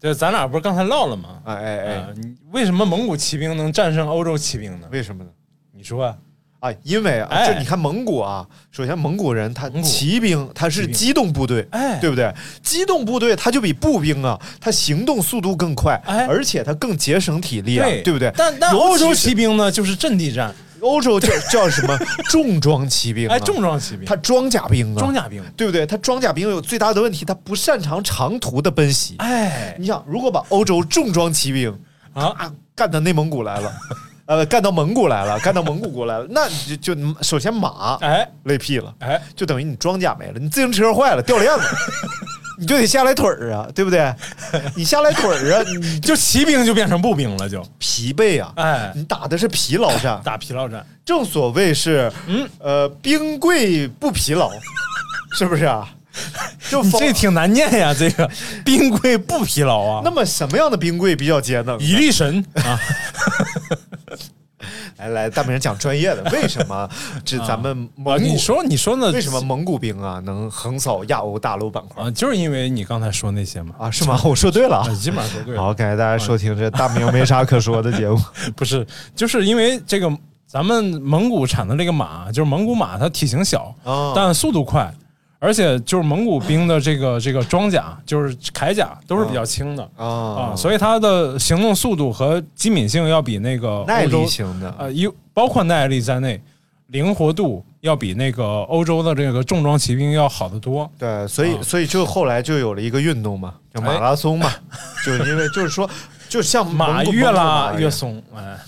Speaker 6: 就是咱俩不是刚才唠了吗？
Speaker 5: 哎哎
Speaker 6: 啊
Speaker 5: 哎，
Speaker 6: 你为什么蒙古骑兵能战胜欧洲骑兵呢？
Speaker 5: 为什么呢？
Speaker 6: 你说啊，
Speaker 5: 啊，因为啊，
Speaker 6: 哎
Speaker 5: 就你看蒙古啊，首先蒙古人他
Speaker 6: 蒙古
Speaker 5: 骑兵他是
Speaker 6: 骑兵
Speaker 5: 机动部队，
Speaker 6: 哎
Speaker 5: 对不对？机动部队他就比步兵啊，他行动速度更快，
Speaker 6: 哎
Speaker 5: 而且他更节省体力啊，对不对？
Speaker 6: 但但
Speaker 5: 尤
Speaker 6: 欧
Speaker 5: 其
Speaker 6: 洲
Speaker 5: 是
Speaker 6: 骑兵呢，就是阵地战，
Speaker 5: 欧洲叫叫什 么重装骑兵、啊？
Speaker 6: 哎，重装骑兵，
Speaker 5: 他装甲兵啊，
Speaker 6: 装甲兵，
Speaker 5: 对不对？他装甲兵有最大的问题，他不擅长长途的奔袭。
Speaker 6: 哎
Speaker 5: 你想，如果把欧洲重装骑兵
Speaker 6: 啊，
Speaker 5: 啊干到内蒙古来了，呃，干到蒙古来了，干到蒙古国来了，那你就就首先马
Speaker 6: 哎
Speaker 5: 累屁了，
Speaker 6: 哎，
Speaker 5: 就等于你装甲没了，你自行车坏了掉链子，你就得下来腿儿啊，对不对？你下来腿儿啊， 你
Speaker 6: 就骑兵就变成步兵了，就
Speaker 5: 疲惫啊，
Speaker 6: 哎
Speaker 5: 你打的是疲劳战，
Speaker 6: 打疲劳战，
Speaker 5: 正所谓是，
Speaker 6: 嗯
Speaker 5: 呃，兵贵不疲劳，是不是啊？就
Speaker 6: 你
Speaker 5: 防
Speaker 6: 这挺难念呀，这 个兵贵不疲劳啊，
Speaker 5: 那么什么样的冰柜比较节能呢？
Speaker 6: 一力神啊，
Speaker 5: 来来，大明讲专业的，为什 么这咱们蒙古、
Speaker 6: 啊你说你说呢？
Speaker 5: 为什么蒙古兵啊能横扫亚欧大陆板块
Speaker 6: 啊？就是因为你刚才说那些嘛，
Speaker 5: 啊？是吗？我说对了啊
Speaker 6: 啊，。基本上说对了。
Speaker 5: 好，感谢大家收听这大明没啥可说的节目。
Speaker 6: 不是，就是因为这个咱们蒙古产的这个马，就是蒙古马，它体型小，
Speaker 5: 哦
Speaker 6: 但速度快，而且就是蒙古兵的这个这个装甲，就是铠甲都是比较轻的。
Speaker 5: 哦
Speaker 6: 啊，所以它的行动速度和机敏性要比那个
Speaker 5: 耐
Speaker 6: 欧洲
Speaker 5: 力型的
Speaker 6: 呃，有包括耐力在内，灵活度要比那个欧洲的这个重装骑兵要好得多。
Speaker 5: 对，所以
Speaker 6: 啊
Speaker 5: 所以就后来就有了一个运动嘛，叫马拉松嘛，就是因为就是 说，就像
Speaker 6: 马
Speaker 5: 蒙古
Speaker 6: 越拉
Speaker 5: 蒙古马
Speaker 6: 越松，哎，
Speaker 5: 啊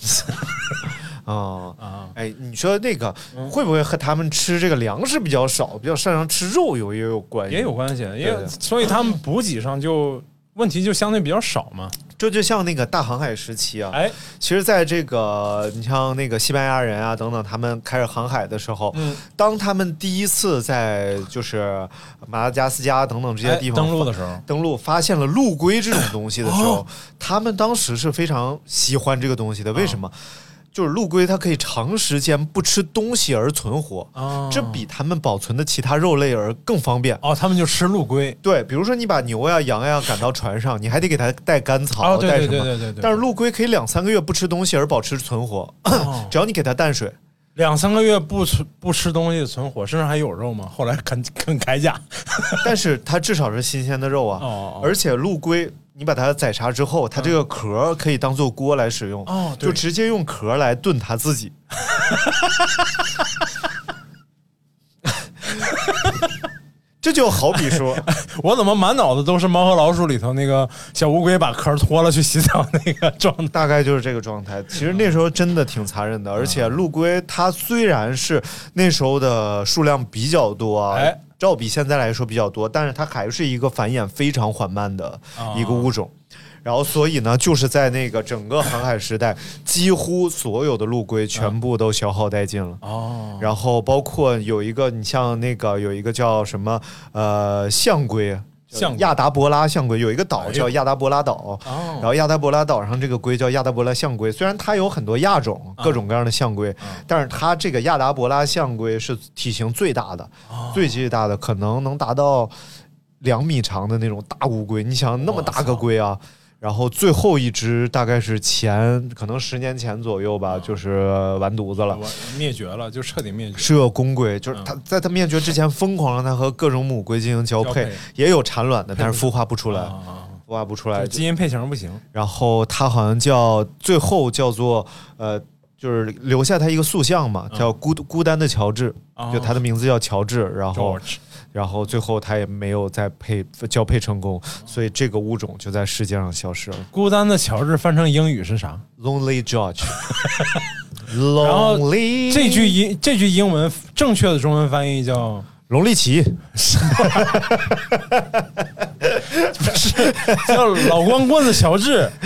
Speaker 6: 啊嗯
Speaker 5: 哎，你说那个会不会和他们吃这个粮食比较少，比较擅长吃肉有也有关系？
Speaker 6: 哎也有关系，因
Speaker 5: 对
Speaker 6: 为
Speaker 5: 对
Speaker 6: 所以他们补给上就问题就相对比较少嘛。
Speaker 5: 这就像那个大航海时期啊，
Speaker 6: 哎，
Speaker 5: 其实在这个你像那个西班牙人啊等等，他们开始航海的时候，
Speaker 6: 嗯
Speaker 5: 当他们第一次在就是马达加斯加等等这些
Speaker 6: 哎
Speaker 5: 地方、
Speaker 6: 登陆的时候，
Speaker 5: 登陆发现了陆龟这种东西的时
Speaker 6: 哦
Speaker 5: 候，他们当时是非常喜欢这个东西的。为什
Speaker 6: 哦
Speaker 5: 么？就是陆龟它可以长时间不吃东西而存活，
Speaker 6: 哦
Speaker 5: 这比他们保存的其他肉类而更方便。
Speaker 6: 哦，他们就吃陆龟，
Speaker 5: 对，比如说你把牛呀、羊呀赶到船上，你还得给它带干草，
Speaker 6: 哦对
Speaker 5: 带什么？
Speaker 6: 对对对对对
Speaker 5: 但是陆龟可以两三个月不吃东西而保持存活，
Speaker 6: 哦
Speaker 5: 只要你给它淡水。
Speaker 6: 两三个月不吃不吃东西存活，身上还有肉吗？后来啃啃铠甲，
Speaker 5: 但是它至少是新鲜的肉啊，
Speaker 6: 哦哦哦
Speaker 5: 而且陆龟。你把它宰杀之后，它这个壳儿可以当做锅来使用，
Speaker 6: 哦对
Speaker 5: 就直接用壳儿来炖它自 己。 这就好比说，
Speaker 6: 我怎么满脑子都是《猫和老鼠》里头那个小乌龟把壳脱了去洗澡那个状态？
Speaker 5: 大概就是这个状态。其实那时候真的挺残
Speaker 6: 嗯
Speaker 5: 忍的，而且陆龟它虽然是那时候的数量比较多啊，
Speaker 6: 哎
Speaker 5: 照比现在来说比较多，但是它还是一个繁衍非常缓慢的
Speaker 6: 啊
Speaker 5: 一个物种。然后，所以呢，就是在那个整个航海时代，几乎所有的陆龟全部都消耗殆尽了。
Speaker 6: 哦，
Speaker 5: 然后包括有一个，你像那个有一个叫什么呃象龟，
Speaker 6: 象哎
Speaker 5: 亚达伯拉象龟有一个岛叫亚达伯拉岛，
Speaker 6: 哦
Speaker 5: 然后亚达伯拉岛上这个龟叫亚达伯拉象龟，虽然它有很多亚种，各种各样的象龟，但是它这个亚达伯拉象龟是体型最大的，最巨大的，可能能达到两米长的那种大乌龟。你想那么大个龟啊？然后最后一只大概是前可能十年前左右吧，就是完犊子了。
Speaker 6: 我灭绝了，就彻底灭绝。
Speaker 5: 是个公龟，就是它在它灭绝之前，疯狂让它和各种母龟进行嗯交
Speaker 6: 交
Speaker 5: 配
Speaker 6: 配，
Speaker 5: 也有产卵的，但是孵化不出来，
Speaker 6: 啊，
Speaker 5: 孵化不出来
Speaker 6: 就。基因配型不行，
Speaker 5: 然后它好像叫最后叫做呃，就是留下它一个塑像嘛，
Speaker 6: 嗯
Speaker 5: 叫孤孤单的乔治，
Speaker 6: 啊
Speaker 5: 就它的名字叫乔治。然后
Speaker 6: George
Speaker 5: 然后最后它也没有再配交配成功，所以这个物种就在世界上消失了。
Speaker 6: 孤单的乔治翻成英语是啥？
Speaker 5: Lonely George。
Speaker 6: 后
Speaker 5: Lonely
Speaker 6: 这句英这句英文正确的中文翻译叫
Speaker 5: 龙力奇，
Speaker 6: 叫老光棍子乔治。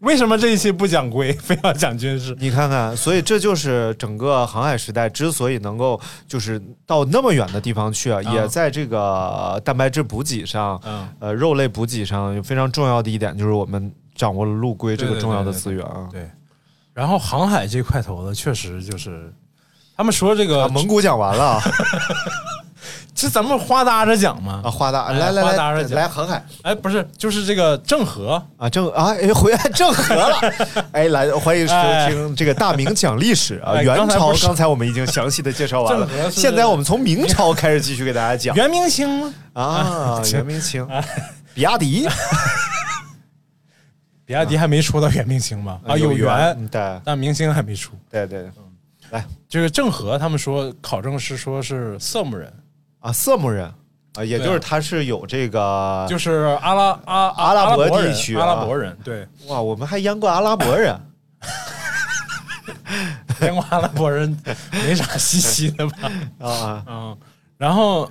Speaker 6: 为什么这一期不讲龟，非要讲军事？
Speaker 5: 你看看，所以这就是整个航海时代之所以能够就是到那么远的地方去啊，也在这个蛋白质补给上，
Speaker 6: 嗯
Speaker 5: 呃，肉类补给上有非常重要的一点，就是我们掌握了陆龟这
Speaker 6: 对
Speaker 5: 个
Speaker 6: 对
Speaker 5: 重要的
Speaker 6: 对对
Speaker 5: 资源啊。
Speaker 6: 对，然后航海这块头的确实就是，他们说这个
Speaker 5: 啊，蒙古讲完 了啊
Speaker 6: 这咱们花搭着讲嘛
Speaker 5: 啊，。花大
Speaker 6: 哎
Speaker 5: 来来
Speaker 6: 花大
Speaker 5: 来
Speaker 6: 人讲
Speaker 5: 来航海
Speaker 6: 哎，不是，就是这个郑和，
Speaker 5: 啊，正啊哎回来郑和 了，哎来欢迎收
Speaker 6: 哎
Speaker 5: 听这个大明讲历史啊，
Speaker 6: 哎
Speaker 5: 元
Speaker 6: 刚才
Speaker 5: 朝
Speaker 6: 不是
Speaker 5: 刚才我们已经详细的介绍完了
Speaker 6: 郑和，是
Speaker 5: 现在我们从明朝开始继续给大家讲
Speaker 6: 袁明清吗？
Speaker 5: 啊， 元明清，比亚迪。
Speaker 6: 啊比亚迪还没出到袁明清吧？啊啊，有
Speaker 5: 嗯
Speaker 6: 缘，嗯
Speaker 5: 对
Speaker 6: 但明星还没出。
Speaker 5: 对对
Speaker 6: 这个郑和他们说考证是说是色目人，
Speaker 5: 啊，色目人啊，也就
Speaker 6: 对
Speaker 5: 是
Speaker 6: 啊
Speaker 5: 他是有这个，
Speaker 6: 就是阿拉阿阿
Speaker 5: 啊阿拉伯
Speaker 6: 伯人
Speaker 5: 地区啊
Speaker 6: 阿拉伯人对，
Speaker 5: 哇，我们还淹过阿拉伯人，
Speaker 6: 边国阿拉伯人没啥稀奇的吧？
Speaker 5: 啊
Speaker 6: 嗯，然后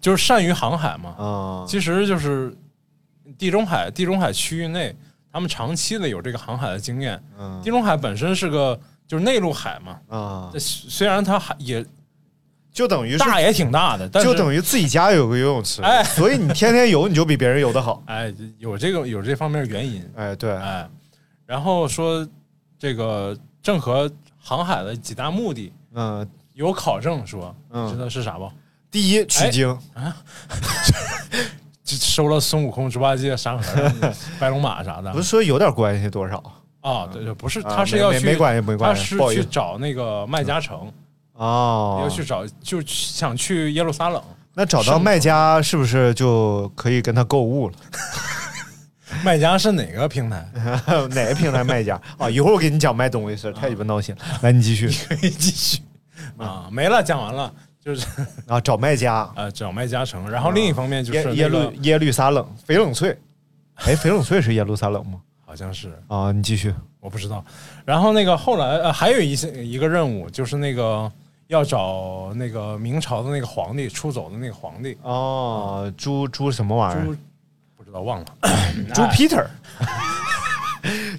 Speaker 6: 就是善于航海嘛，
Speaker 5: 啊
Speaker 6: 其实就是地中海地中海区域内，他们长期的有这个航海的经验。
Speaker 5: 嗯
Speaker 6: 地中海本身是个就是内陆海嘛，
Speaker 5: 啊
Speaker 6: 这，虽然它海也
Speaker 5: 就等于是
Speaker 6: 大也挺大的，但是
Speaker 5: 就等于自己家有个游泳池
Speaker 6: 哎，
Speaker 5: 所以你天天游，你就比别人游的好。
Speaker 6: 哎有这个有这方面原因
Speaker 5: 哎，对，
Speaker 6: 哎，然后说这个郑和航海的几大目的
Speaker 5: 嗯，
Speaker 6: 有考证说，
Speaker 5: 嗯
Speaker 6: 你知道是啥不？
Speaker 5: 第
Speaker 6: 哎
Speaker 5: 一取经，
Speaker 6: 啊就收了孙悟空、猪八戒、沙 和、白龙马啥的
Speaker 5: 不是说有点关系多少
Speaker 6: 啊？对对，不是，
Speaker 5: 啊
Speaker 6: 他是
Speaker 5: 没
Speaker 6: 要
Speaker 5: 没
Speaker 6: 去
Speaker 5: 没关系没关
Speaker 6: 他
Speaker 5: 系
Speaker 6: 是
Speaker 5: 不好意
Speaker 6: 去
Speaker 5: 思
Speaker 6: 找那个麦加城。
Speaker 5: 哦
Speaker 6: 要？去找，就去想去耶路撒冷，
Speaker 5: 那找到卖家是不是就可以跟他购物了？
Speaker 6: 卖家是哪个 平台？
Speaker 5: 嗯哪个平台卖 家啊？一会儿我给你讲卖东西的事儿，太鸡巴闹心了。来，你 继续
Speaker 6: 可以继续啊，没了，讲完了，就是
Speaker 5: 啊，找卖家，
Speaker 6: 呃找麦加城，然后另一方面就是、那
Speaker 5: 嗯耶
Speaker 6: 个、
Speaker 5: 耶路耶路撒冷翡冷翠，哎，翡冷翠是耶路撒冷吗？
Speaker 6: 好像是
Speaker 5: 啊，你继续
Speaker 6: 我不知道，然后那个后来呃还有一些一个任务就是那个要找那个明朝的那个皇帝出走的那个皇帝
Speaker 5: 哦，猪猪什么玩意
Speaker 6: 猪
Speaker 5: 儿？
Speaker 6: 不知道忘了，
Speaker 5: 猪 Peter，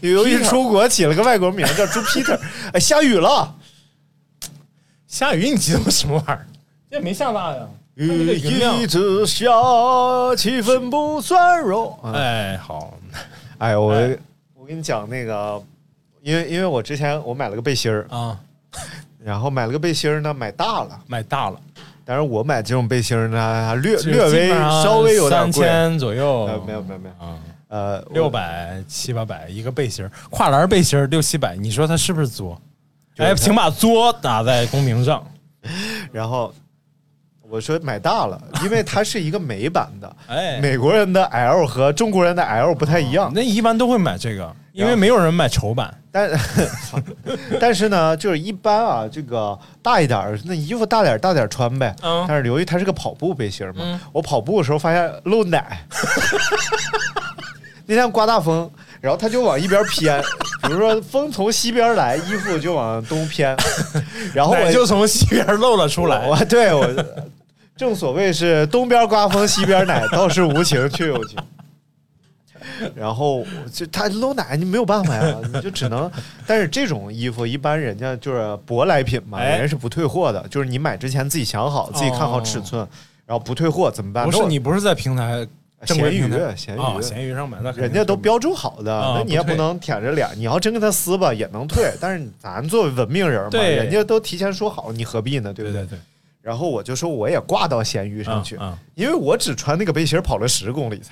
Speaker 5: 由于出国起了个外国名叫猪 Peter，哎，下雨了，
Speaker 6: 下雨你激动什么玩意儿？这没下大呀，它那个云量
Speaker 5: 一直下，气氛不算弱。啊
Speaker 6: 哎好，
Speaker 5: 哎，我我跟你讲那个，因为因为我之前我买了个背心儿，
Speaker 6: 啊
Speaker 5: 然后买了个背心儿呢，买大了，
Speaker 6: 买大了，
Speaker 5: 但是我买这种背心儿呢，略
Speaker 6: 就是
Speaker 5: 略微
Speaker 6: 基本上
Speaker 5: 稍微有点
Speaker 6: 三
Speaker 5: 贵。
Speaker 6: 千左右，
Speaker 5: 呃，没有没有没有，
Speaker 6: 啊。
Speaker 5: 呃，我
Speaker 6: 六百七八百一个背心儿，跨栏背心儿六七百，你说他是不是作？
Speaker 5: 就是
Speaker 6: 哎，
Speaker 5: 他
Speaker 6: 请把作打在公屏上。
Speaker 5: 然后我说买大了，因为它是一个美版的，
Speaker 6: 哎，
Speaker 5: 美国人的 L 和中国人的 L 不太一样，
Speaker 6: 那一般都会买这个，因为没有人买丑版。
Speaker 5: 但 但是呢，就是一般啊，这个大一点儿，那衣服大点儿大点儿穿呗。
Speaker 6: 嗯
Speaker 5: 但是由于它是个跑步背心儿嘛，
Speaker 6: 嗯
Speaker 5: 我跑步的时候发现露奶， 那天刮大风，然后它就往一边偏，比如说风从西边来，衣服就往东偏， 然后哦我
Speaker 6: 奶就从西边露了出来
Speaker 5: 我。 我对我，正所谓是东边刮风，西边奶，倒是无情却有情。然后就他露奶，你没有办法呀，你就只能。 但是这种衣服一般人家就是舶来品嘛，
Speaker 7: 哎
Speaker 5: 人家是不退货的，就是你买之前自己想好，自己看好尺寸，然后不退货怎么办？
Speaker 6: 哦不是
Speaker 5: 那我
Speaker 6: 你不是在平台正规平台
Speaker 5: 闲鱼
Speaker 6: 啊，
Speaker 5: 闲
Speaker 6: 闲鱼上买那肯定
Speaker 5: 人家都
Speaker 6: 是
Speaker 5: 标注好的，
Speaker 6: 啊
Speaker 5: 那你也
Speaker 6: 不退
Speaker 5: 不能舔着脸。你要真跟他撕吧，也能退，但是咱作为文明人嘛，
Speaker 6: 对
Speaker 5: 人家都提前说好，你何必呢？对不
Speaker 6: 对
Speaker 5: 对？
Speaker 6: 对对，
Speaker 5: 然后我就说我也挂到闲鱼上去，
Speaker 6: 嗯嗯
Speaker 5: 因为我只穿那个背心儿跑了十公里才，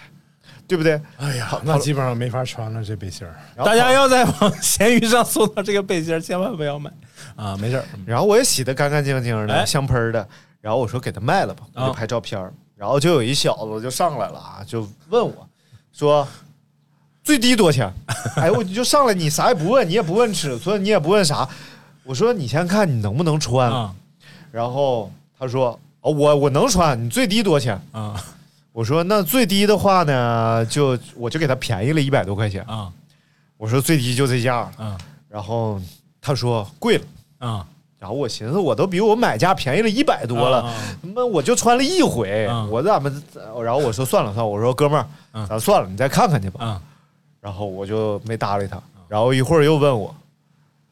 Speaker 5: 对不对？
Speaker 6: 哎呀
Speaker 5: 跑，
Speaker 6: 那基本上没法穿了这背心儿。
Speaker 5: 然后
Speaker 6: 大家要在往闲鱼上搜到这个背心儿，千万不要买啊！没事儿，
Speaker 5: 然后我也洗得干干净净的，
Speaker 6: 哎
Speaker 5: 香喷儿的。然后我说给他卖了吧，我就
Speaker 6: 啊
Speaker 5: 拍照片、儿。然后就有一小子就上来了啊，就问我，说最低多少钱？哎，我就上来，你啥也不问，你也不问尺寸，你也不问啥。我说你先看你能不能穿。
Speaker 6: 啊
Speaker 5: 然后他说哦，我我能穿，你最低多少钱？
Speaker 6: 啊
Speaker 5: 我说那最低的话呢，就我就给他便宜了一百多块钱。
Speaker 6: 啊
Speaker 5: 我说最低就这价儿。
Speaker 6: 啊
Speaker 5: 然后他说贵了。
Speaker 6: 啊！
Speaker 5: 然后我寻思，我都比我买家便宜了一百多了，
Speaker 6: 啊
Speaker 5: 他妈、我就穿了一回，
Speaker 6: 嗯
Speaker 5: 我咱们，然后我说算了算了，我说哥们儿，
Speaker 6: 嗯
Speaker 5: 咱算了，你再看看去吧。
Speaker 6: 啊，
Speaker 5: 然后我就没搭理他，
Speaker 6: 嗯
Speaker 5: 然后一会儿又问我，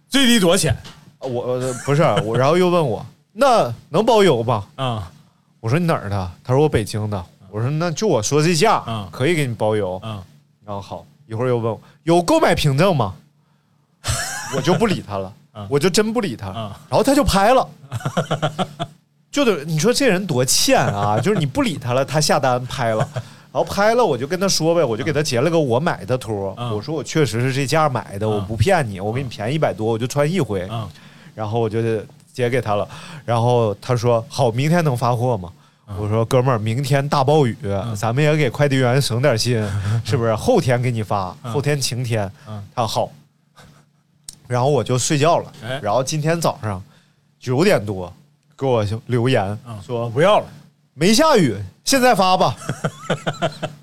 Speaker 6: 最低多少钱
Speaker 5: 我呃不是我，然后又问我，那能包邮吧？
Speaker 6: 啊
Speaker 5: 我说你哪儿的？他说我北京的。我说那就我说这价，
Speaker 6: 嗯
Speaker 5: 可以给你包邮。
Speaker 6: 啊
Speaker 5: 然后好，一会儿又问我有购买凭证吗？我就不理他了，
Speaker 6: 嗯
Speaker 5: 我就真不理他。
Speaker 6: 嗯
Speaker 5: 然后他就拍了， 就得你说这人多欠啊！就是你不理他了，他下单拍了，然后拍了我就跟他说呗，我就给他截了个我买的图，
Speaker 6: 嗯
Speaker 5: 我说我确实是这价买的，我不骗你，我给你便宜一百多，我就穿一回，
Speaker 6: 啊！
Speaker 5: 然后我就截给他了。然后他说好，明天能发货吗？
Speaker 6: 嗯
Speaker 5: 我说哥们儿，明天大暴雨，咱们也给快递员省点 心，是不是？后天给你发，后天晴天。
Speaker 6: 嗯
Speaker 5: 他说好，然后我就睡觉了
Speaker 6: 哎。
Speaker 5: 然后今天早上九点多给我留言
Speaker 6: 啊
Speaker 5: 说
Speaker 6: 不要了，
Speaker 5: 没下雨，现在发吧。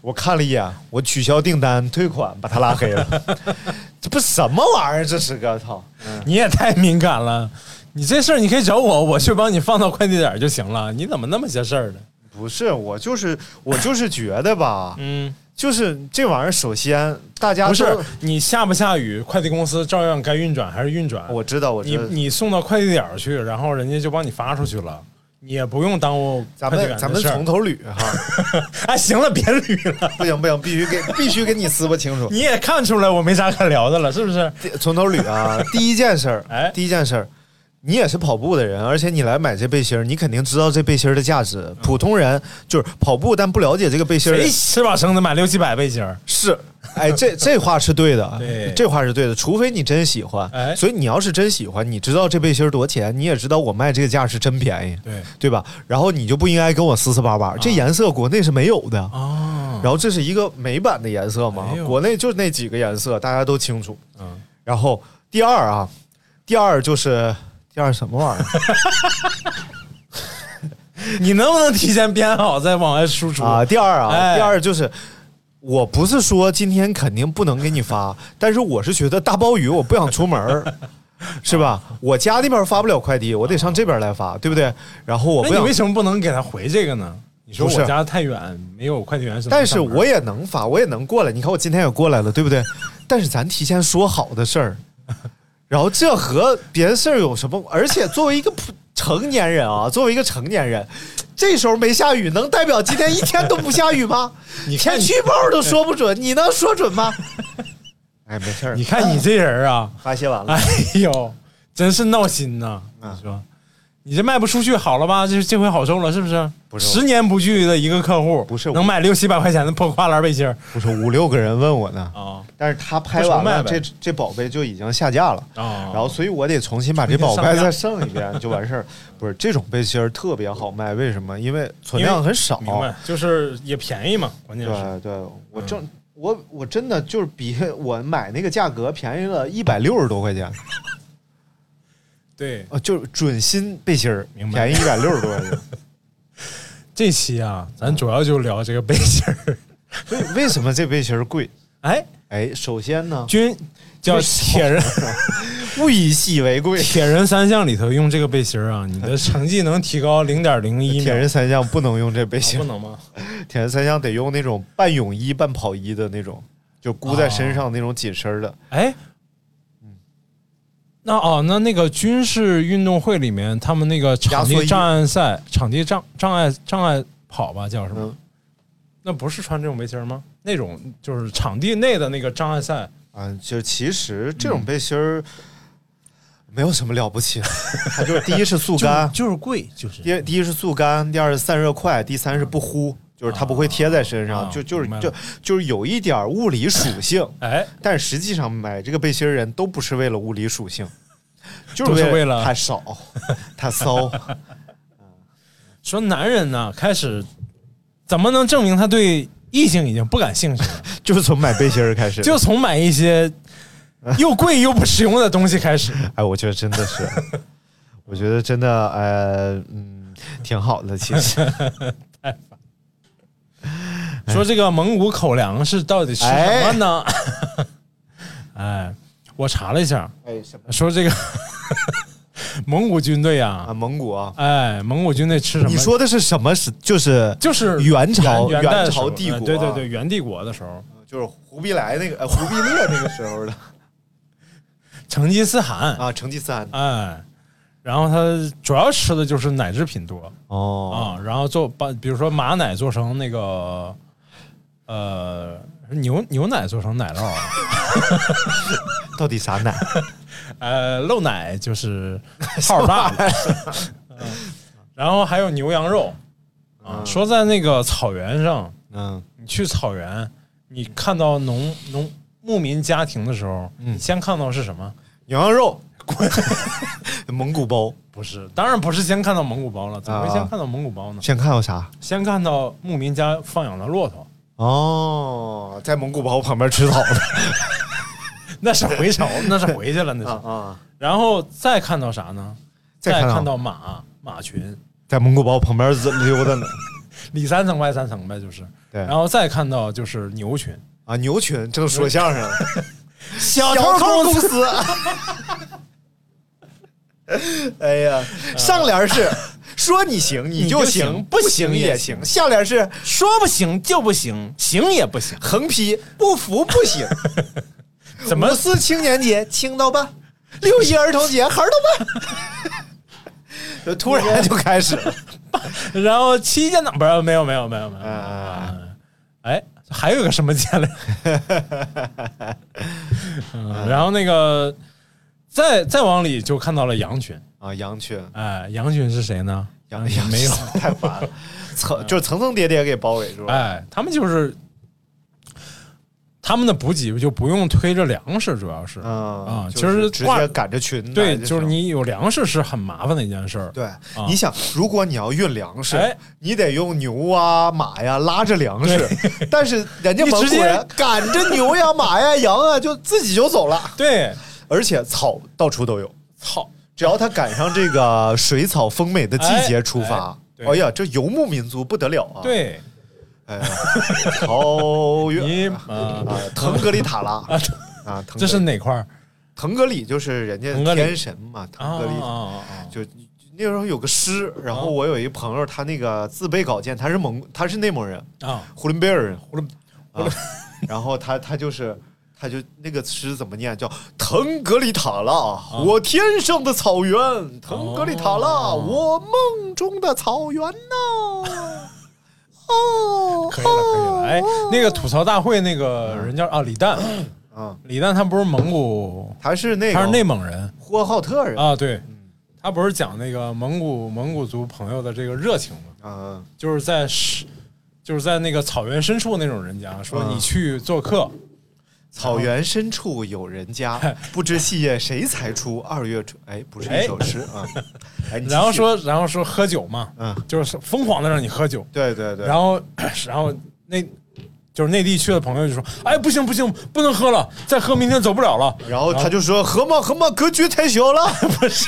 Speaker 5: 我看了一眼，我取消订单退款，把他拉黑了。 这不什么玩意儿？这是个操！
Speaker 6: 你也太敏感了。你这事儿你可以找我，我去帮你放到快递点儿就行了。你怎么那么些事儿呢？
Speaker 5: 不是，我就是我就是觉得吧，
Speaker 6: 嗯，
Speaker 5: 就是这玩意儿，首先大家
Speaker 6: 不是
Speaker 5: 都，
Speaker 6: 你下不下雨，快递公司照样该运转还是运转。
Speaker 5: 我知道，我知
Speaker 6: 你
Speaker 5: 道，
Speaker 6: 你送到快递点儿去，然后人家就帮你发出去了，你也不用耽误
Speaker 5: 咱
Speaker 6: 快递
Speaker 5: 们
Speaker 6: 员
Speaker 5: 咱
Speaker 6: 的
Speaker 5: 们
Speaker 6: 事儿
Speaker 5: 从头捋哈，
Speaker 6: 哎，行了，别捋了，
Speaker 5: 不行不行，必须给必须给你撕巴清楚，
Speaker 6: 你也看出来我没啥可聊的了，是不是？
Speaker 5: 从头捋 啊。第一件事儿，
Speaker 6: 哎
Speaker 5: 第一件事儿，你也是跑步的人，而且你来买这背心儿，你肯定知道这背心儿的价值。普通人就是跑步但不了解这个背心儿的
Speaker 6: 嗯谁哎吃饱撑的买六七百背心儿？
Speaker 5: 是，哎， 这这话是对的，
Speaker 6: 对
Speaker 5: 这话是对的，除非你真喜欢，
Speaker 6: 哎
Speaker 5: 所以你要是真喜欢，你知道这背心儿多少钱，你也知道我卖这个价是真便宜，
Speaker 6: 对啊
Speaker 5: 对吧？然后你就不应该跟我撕撕巴巴，这颜色国内是没有的，
Speaker 6: 哦，
Speaker 5: 然后这是一个美版的颜色嘛
Speaker 6: 哎，呦
Speaker 5: 国内就那几个颜色，大家都清楚。
Speaker 6: 嗯，
Speaker 5: 然后第二啊，第二就是第二什么玩意 儿？
Speaker 6: 你能不能提前编好再往外输出
Speaker 5: 啊，？第二啊，
Speaker 6: 哎
Speaker 5: 第二就是。我不是说今天肯定不能给你 发，但是我是觉得大暴雨，我不想出门儿，是吧？我家那边发不了快递，我得上这边来发，对不对？然后我
Speaker 6: 那
Speaker 5: 不
Speaker 6: 你
Speaker 5: 想
Speaker 6: 为，什么不能给他回这个呢？你说
Speaker 5: 不是
Speaker 6: 我家太远，没有快递员什么上门。
Speaker 5: 但是我也能发，我也能过来。你看我今天也过来了，对不 对？但是咱提前说好的事 儿，然后这和别的事儿有什么？而且作为一个普成年人啊，作为一个成年人，这时候没下雨，能代表今天一天都不下雨 吗？
Speaker 6: 你看
Speaker 5: 天
Speaker 6: 你
Speaker 5: 气预报都说不准，你能说准吗？ 哎，没事儿
Speaker 6: 你看你这 人啊，
Speaker 5: 发泄完了
Speaker 6: 哎，呦，真是闹心呐！
Speaker 5: 嗯
Speaker 6: 你说，你这卖不出去好了吧？这这回好受了是不是？
Speaker 5: 不是
Speaker 6: 十年不聚的一个客户，
Speaker 5: 不是我
Speaker 6: 能买六七百块钱的破跨栏背心儿
Speaker 5: 不是五六个人问我呢，
Speaker 6: 啊
Speaker 5: 但是他拍完
Speaker 6: 不愁卖
Speaker 5: 了，
Speaker 6: 呗
Speaker 5: 这这宝贝就已经下架了。
Speaker 6: 啊
Speaker 5: 然后，所以我得重新把这
Speaker 6: 重
Speaker 5: 宝贝
Speaker 6: 新上架
Speaker 5: 再剩一遍，就完事儿。 不是这种背心儿特别好卖，为什么？因为存量很少。
Speaker 6: 明白，就是也便宜嘛，关键是嗯
Speaker 5: 对对，我正、我我真的就是比我买那个价格便宜了一百六十多块钱，
Speaker 6: 对。
Speaker 5: 呃，就是准新背心儿
Speaker 6: 明白
Speaker 5: 便宜一百六十多块钱。
Speaker 6: 这期啊，咱主要就聊这个背心儿。
Speaker 5: 所以为什么这背心儿贵？
Speaker 6: 哎，
Speaker 5: 哎，首先呢，
Speaker 6: 君叫铁 人
Speaker 5: 物以稀为贵。
Speaker 6: 铁人三项里头用这个背心儿啊，你的成绩能提高零点零一秒。
Speaker 5: 铁人三项不能用这背
Speaker 6: 啊
Speaker 5: 心
Speaker 6: 不，能吗？
Speaker 5: 铁人三项得用那种半泳衣半跑衣的那种，就箍在
Speaker 6: 啊
Speaker 5: 身上那种紧身儿的。
Speaker 6: 哎，那哦，那那个军事运动会里面，他们那个场
Speaker 5: 压缩
Speaker 6: 地
Speaker 5: 衣
Speaker 6: 障碍赛、场地障障碍障碍跑吧，叫什么？
Speaker 5: 嗯
Speaker 6: 那不是穿这种背心儿吗？那种就是场地内的那个障碍赛，
Speaker 5: 啊，就其实这
Speaker 6: 嗯
Speaker 5: 种背心儿没有什么了不起 的，它就是第一是速
Speaker 8: 就是
Speaker 5: 干，
Speaker 8: 就是贵，就是
Speaker 5: 第第一是速干，第二是散热快，第三是不呼，就是它不会贴在身上，
Speaker 6: 啊
Speaker 5: 就就是
Speaker 6: 明白了
Speaker 5: 就就是有一点儿物理属性，
Speaker 6: 哎，
Speaker 5: 但实际上买这个背心儿人都不是为了物理属性，就是
Speaker 6: 都是为了
Speaker 5: 它少，它骚。
Speaker 6: 说男人呢，开始怎么能证明他对异性已经不感兴 趣了？
Speaker 5: 就是从买背心儿开始，
Speaker 6: 就从买一 些又贵又不实用的东西开始。
Speaker 5: 哎，我觉得真的是，我觉得真的，呃，嗯，挺好的。其实，哎
Speaker 6: 说这个蒙古口粮是到底是什么呢？ 哎，我查了一下，
Speaker 5: 哎，什么
Speaker 6: 说这个 蒙古军队
Speaker 5: 啊？
Speaker 6: 啊，
Speaker 5: 蒙古啊？
Speaker 6: 哎，蒙古军队吃什么？
Speaker 5: 你说的是什么时？就是
Speaker 6: 就是
Speaker 5: 元朝
Speaker 6: 元元代的时候
Speaker 5: 朝帝国、
Speaker 6: 哎对对对，，元帝国的时候，
Speaker 5: 就是忽必来那个呃，忽必烈那个时候的
Speaker 6: 成吉思汗，
Speaker 5: 啊，成吉思汗
Speaker 6: 哎，然后他主要吃的就是奶制品多
Speaker 5: 哦
Speaker 6: 啊，然后做把比如说马奶做成那个，呃，牛牛奶做成奶酪啊。
Speaker 5: 到底啥奶？
Speaker 6: 呃，漏奶就是号儿大的，嗯 然后还有牛羊肉啊。说在那个草原上，
Speaker 5: 嗯，
Speaker 6: 你去草原，你看到农农牧民家庭的时候，你先看到是什么？
Speaker 5: 牛羊肉， 蒙古包。
Speaker 6: 不是，当然不是先看到蒙古包了，怎么会
Speaker 5: 啊
Speaker 6: 先看到蒙古包呢？
Speaker 5: 先看到啥？
Speaker 6: 先看到牧民家放养的骆驼，
Speaker 5: 哦，在蒙古包旁边吃草 的
Speaker 6: 那是回朝，那是回去了，那是。
Speaker 5: 啊，
Speaker 6: 然后再看到啥呢？
Speaker 5: 再看到
Speaker 6: 看到马马群，
Speaker 5: 在蒙古包旁边溜达呢。
Speaker 6: 里三层外三层呗，就是。
Speaker 5: 对
Speaker 6: 然后再看到就是牛群。
Speaker 5: 啊，牛群正说相声，
Speaker 6: 小
Speaker 5: 司。 哎呀，上联是说你行你就
Speaker 6: 啊你就行
Speaker 5: 不
Speaker 6: 不行也
Speaker 5: 也
Speaker 6: 行
Speaker 5: 下联是
Speaker 6: 说不行就不行，行也 不行，
Speaker 5: 横批不服不行。
Speaker 6: 怎么
Speaker 5: 五四青年节青到吧，六一儿童节孩儿到吧。就 突然就开始了，
Speaker 6: 然后七件呢？不是，没有没有没有没 有。
Speaker 5: 啊
Speaker 6: 哎，还有一个什么节 来？嗯，然后那个再再往里就看到了羊群。
Speaker 5: 啊！羊群，
Speaker 6: 哎，羊群是谁呢？
Speaker 5: 羊
Speaker 6: 群
Speaker 5: 羊
Speaker 6: 哎没有。
Speaker 5: 太烦了，层就是层层叠叠给包围住了。
Speaker 6: 哎，他们就是他们的补给就不用推着粮食，主要是
Speaker 5: 啊
Speaker 6: 啊，
Speaker 5: 就
Speaker 6: 其实
Speaker 5: 是直
Speaker 6: 挂
Speaker 5: 接赶着群来就
Speaker 6: 对，
Speaker 5: 行，
Speaker 6: 就是你有粮食是很麻烦的一件事儿。
Speaker 5: 对，你想，如果你要运粮食
Speaker 6: 哎，
Speaker 5: 你得用牛啊、马呀拉着粮食，但是人家蒙
Speaker 6: 你直
Speaker 5: 古
Speaker 6: 接
Speaker 5: 人赶着牛呀、马呀、羊啊，就自己就走了，
Speaker 6: 对，
Speaker 5: 而且草到处都有，
Speaker 6: 操，
Speaker 5: 只要他赶上这个水草丰美的季节出发，
Speaker 6: 哎
Speaker 5: 哎呀，这游牧民族不得了啊！，
Speaker 6: 对
Speaker 5: 哎呀，草原
Speaker 6: 你啊
Speaker 5: 啊，腾格里塔拉
Speaker 6: 啊，
Speaker 5: 啊，腾格里
Speaker 6: 这是哪块儿？
Speaker 5: 腾格里就是人家
Speaker 6: 腾格里
Speaker 5: 天神嘛，腾格里塔
Speaker 6: 啊啊
Speaker 5: 就那时候有个诗，然后我有一朋友，他那个自备稿件，他是蒙，他是内蒙人，
Speaker 6: 啊啊！
Speaker 5: 呼伦贝尔人，
Speaker 6: 呼伦
Speaker 5: 啊，然后他他就是。他就那个诗怎么念？叫腾格里塔拉，我天上的草原；腾格里塔拉，
Speaker 6: 啊哦
Speaker 5: 我梦中的草原 呐。哦，
Speaker 6: 可以了，可以了。哎，那个吐槽大会那个人叫啊李诞，啊
Speaker 5: 嗯，
Speaker 6: 李诞他不是蒙古，
Speaker 5: 他是那个，
Speaker 6: 他是内蒙人
Speaker 5: 呼和浩特人
Speaker 6: 啊，对，
Speaker 5: 嗯
Speaker 6: 他不是讲那个蒙古蒙古族朋友的这个热情吗？
Speaker 5: 啊，
Speaker 6: 就是在是。就是在那个草原深处那种人家说
Speaker 5: 嗯
Speaker 6: 你去做客，
Speaker 5: 草原深处有人家，不知细叶谁裁出？二月春，哎，不是一首诗啊。 哎，你继续
Speaker 6: 然后，说然后说喝酒嘛，
Speaker 5: 嗯，
Speaker 6: 就是疯狂的让你喝酒，
Speaker 5: 对对对，
Speaker 6: 然后 然后那就是内地去的朋友就说，哎不行不行，不能喝了，再喝明天走不了 了。
Speaker 5: 然后他就说：“河马，河马，格局太小了。
Speaker 6: 不是，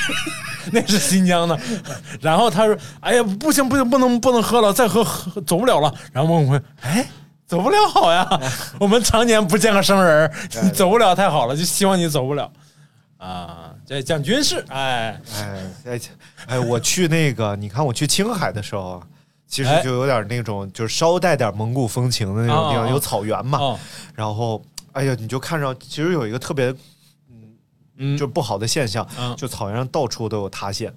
Speaker 6: 那是新疆的。 然后他说：“哎呀，不行不行，不能不能喝了，再喝喝走不了了。”然后孟坤，哎，走不了 好呀，我们常年不见个生人儿，你 走不了太好了，就希望你走不了。啊，这讲军事，哎，
Speaker 5: 哎”哎哎，我去那个，你看我去青海的时候啊，其实
Speaker 6: 哎
Speaker 5: 就有点那种，就是稍带点蒙古风情的那种地
Speaker 6: 哦
Speaker 5: 方，
Speaker 6: 哦
Speaker 5: 有草原嘛。
Speaker 6: 哦
Speaker 5: 然后哎呀，你就看上，其实有一个特别
Speaker 6: 嗯，
Speaker 5: 就不好的现象，
Speaker 6: 嗯
Speaker 5: 就草原上到处都有塌陷。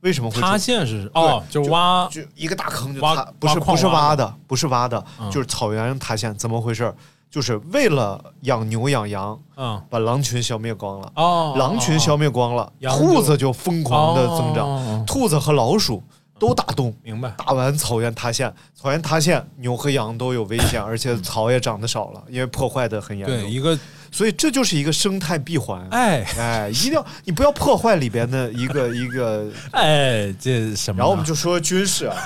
Speaker 5: 为什么会出
Speaker 6: 塌陷是哦，
Speaker 5: 对
Speaker 6: 就挖
Speaker 5: 就一个大坑就
Speaker 6: 挖
Speaker 5: 塌，不是
Speaker 6: 挖矿
Speaker 5: 不是
Speaker 6: 挖
Speaker 5: 挖
Speaker 6: 的
Speaker 5: 的，不是挖的，
Speaker 6: 嗯
Speaker 5: 就是草原上塌陷，怎么回事？就是为了养牛养羊，
Speaker 6: 嗯
Speaker 5: 把狼群消灭光了，
Speaker 6: 哦，
Speaker 5: 狼群消
Speaker 6: 灭
Speaker 5: 灭光了，
Speaker 6: 羊
Speaker 5: 兔
Speaker 6: 就哦
Speaker 5: 子就疯狂的增长，
Speaker 6: 长，
Speaker 5: 兔子和老鼠都打洞。
Speaker 6: 明白？
Speaker 5: 打完草原塌陷，草原塌陷，牛和羊都有危险，而且草也长得少了，因为破坏的很严
Speaker 6: 嗯对，
Speaker 5: 重。
Speaker 6: 一个
Speaker 5: 所以这就是一个生态闭 环。
Speaker 6: 哎
Speaker 5: 哎，一定要你不要破坏里边的一个 一个
Speaker 6: 哎，这什么啊？
Speaker 5: 然后我们就说军事 啊，